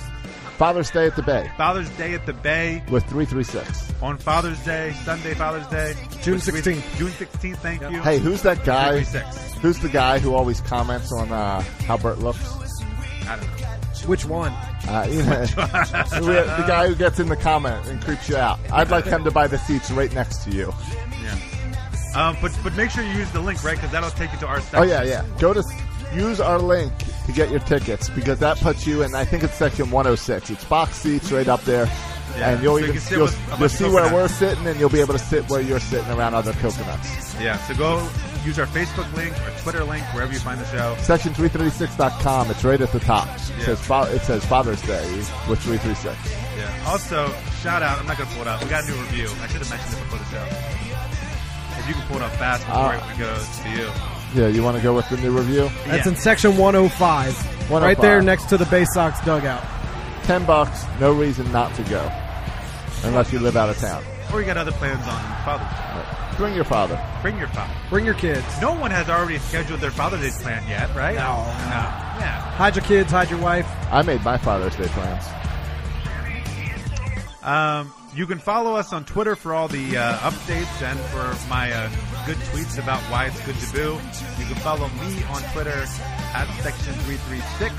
Speaker 2: Father's Day at the Bay
Speaker 3: Father's Day at the Bay
Speaker 2: with 336.
Speaker 3: on Father's Day, Sunday Father's Day,
Speaker 5: June
Speaker 3: Which we-
Speaker 5: 16th.
Speaker 3: June sixteenth. Thank you.
Speaker 2: Hey, who's that guy?
Speaker 3: 336.
Speaker 2: Who's the guy who always comments on uh, how Bert looks?
Speaker 3: I don't know.
Speaker 5: Which one?
Speaker 2: Uh, you
Speaker 3: (laughs)
Speaker 2: know, the guy who gets in the comment and creeps you out. I'd like him to buy the seats right next to you.
Speaker 3: Yeah. Um, but but make sure you use the link right because that'll take you to our
Speaker 2: Oh
Speaker 3: section.
Speaker 2: yeah, yeah. Go to use our link to get your tickets because that puts you in. I think it's section 106. It's box seats right up there,
Speaker 3: Yeah,
Speaker 2: and you'll
Speaker 3: so you
Speaker 2: even
Speaker 3: can sit
Speaker 2: you'll,
Speaker 3: with a bunch
Speaker 2: you'll
Speaker 3: of
Speaker 2: see where
Speaker 3: coconuts.
Speaker 2: we're sitting, and you'll be able to sit where you're sitting around other coconuts.
Speaker 3: Yeah. So go use our Facebook link or Twitter link wherever you find the show.
Speaker 2: Section336.com. It's right at the top. It
Speaker 3: Yeah.
Speaker 2: says fa- it says Father's Day with 336.
Speaker 3: Yeah. Also, shout out. I'm not gonna pull it up. We got a new review. I should have mentioned it before the show. If you can pull it up fast before
Speaker 2: Ah.
Speaker 3: it goes to you.
Speaker 2: Yeah, you want to go with the new review?
Speaker 5: That's
Speaker 3: Yeah.
Speaker 5: in section 105, right
Speaker 2: 105.
Speaker 5: there next to the Bay Sox dugout.
Speaker 2: Ten bucks, no reason not to go, unless you live out of town.
Speaker 3: Or you got other plans on Father's Day.
Speaker 2: Bring your father.
Speaker 3: Bring your father.
Speaker 5: Bring your kids.
Speaker 3: No one has already scheduled their Father's Day plan yet, right?
Speaker 5: No.
Speaker 3: No. Yeah.
Speaker 5: Hide your kids. Hide your wife.
Speaker 2: I made my Father's Day plans.
Speaker 3: Um, you can follow us on Twitter for all the uh, updates and for my uh, good tweets about why it's good to boo. You can follow me on Twitter at section336.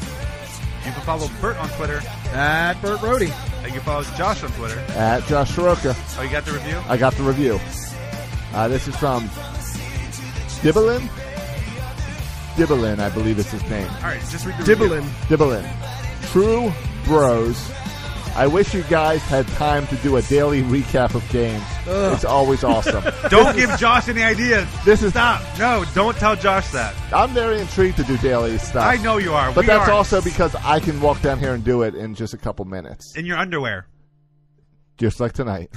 Speaker 3: You can follow Bert on Twitter.
Speaker 5: At Burt Rohde.
Speaker 3: Uh, you can follow Josh on Twitter.
Speaker 2: At Josh Soroka,
Speaker 3: Oh, you got the review?
Speaker 2: I got the review. Uh, this is from Dibblin. Dibblin, I believe is his name.
Speaker 3: All right, just read the
Speaker 5: Dibbling.
Speaker 3: review.
Speaker 2: Dibblin. True bros. I wish you guys had time to do a daily recap of games. It's always awesome.
Speaker 3: (laughs)
Speaker 2: (laughs)
Speaker 3: Don't give Josh any ideas.
Speaker 2: This is-
Speaker 3: stop. No, don't tell Josh that.
Speaker 2: I'm very intrigued to do daily stuff.
Speaker 3: I know you are.
Speaker 2: Uh, But
Speaker 3: We
Speaker 2: that's
Speaker 3: are
Speaker 2: also because I can walk down here and do it in just a couple minutes,
Speaker 3: in your underwear.
Speaker 2: just like
Speaker 3: (laughs)
Speaker 2: tonight.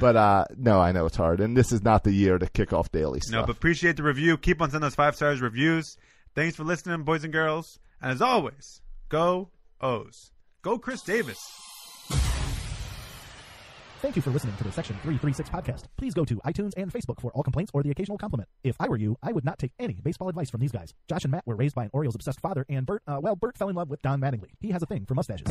Speaker 2: but uh, no, I know it's hard, and this is not the year to kick off daily
Speaker 3: No,
Speaker 2: stuff.
Speaker 3: but appreciate the review. Keep on sending those five stars reviews. Thanks for listening, boys and girls. And as always, go O's. Go Chris Davis.
Speaker 6: Thank you for listening to the Section 336 podcast. Please go to iTunes and Facebook for all complaints or the occasional compliment. If I were you, I would not take any baseball advice from these guys. Josh and Matt were raised by an Orioles obsessed father, and Bert, uh, well, Bert fell in love with Don Mattingly. He has a thing for mustaches.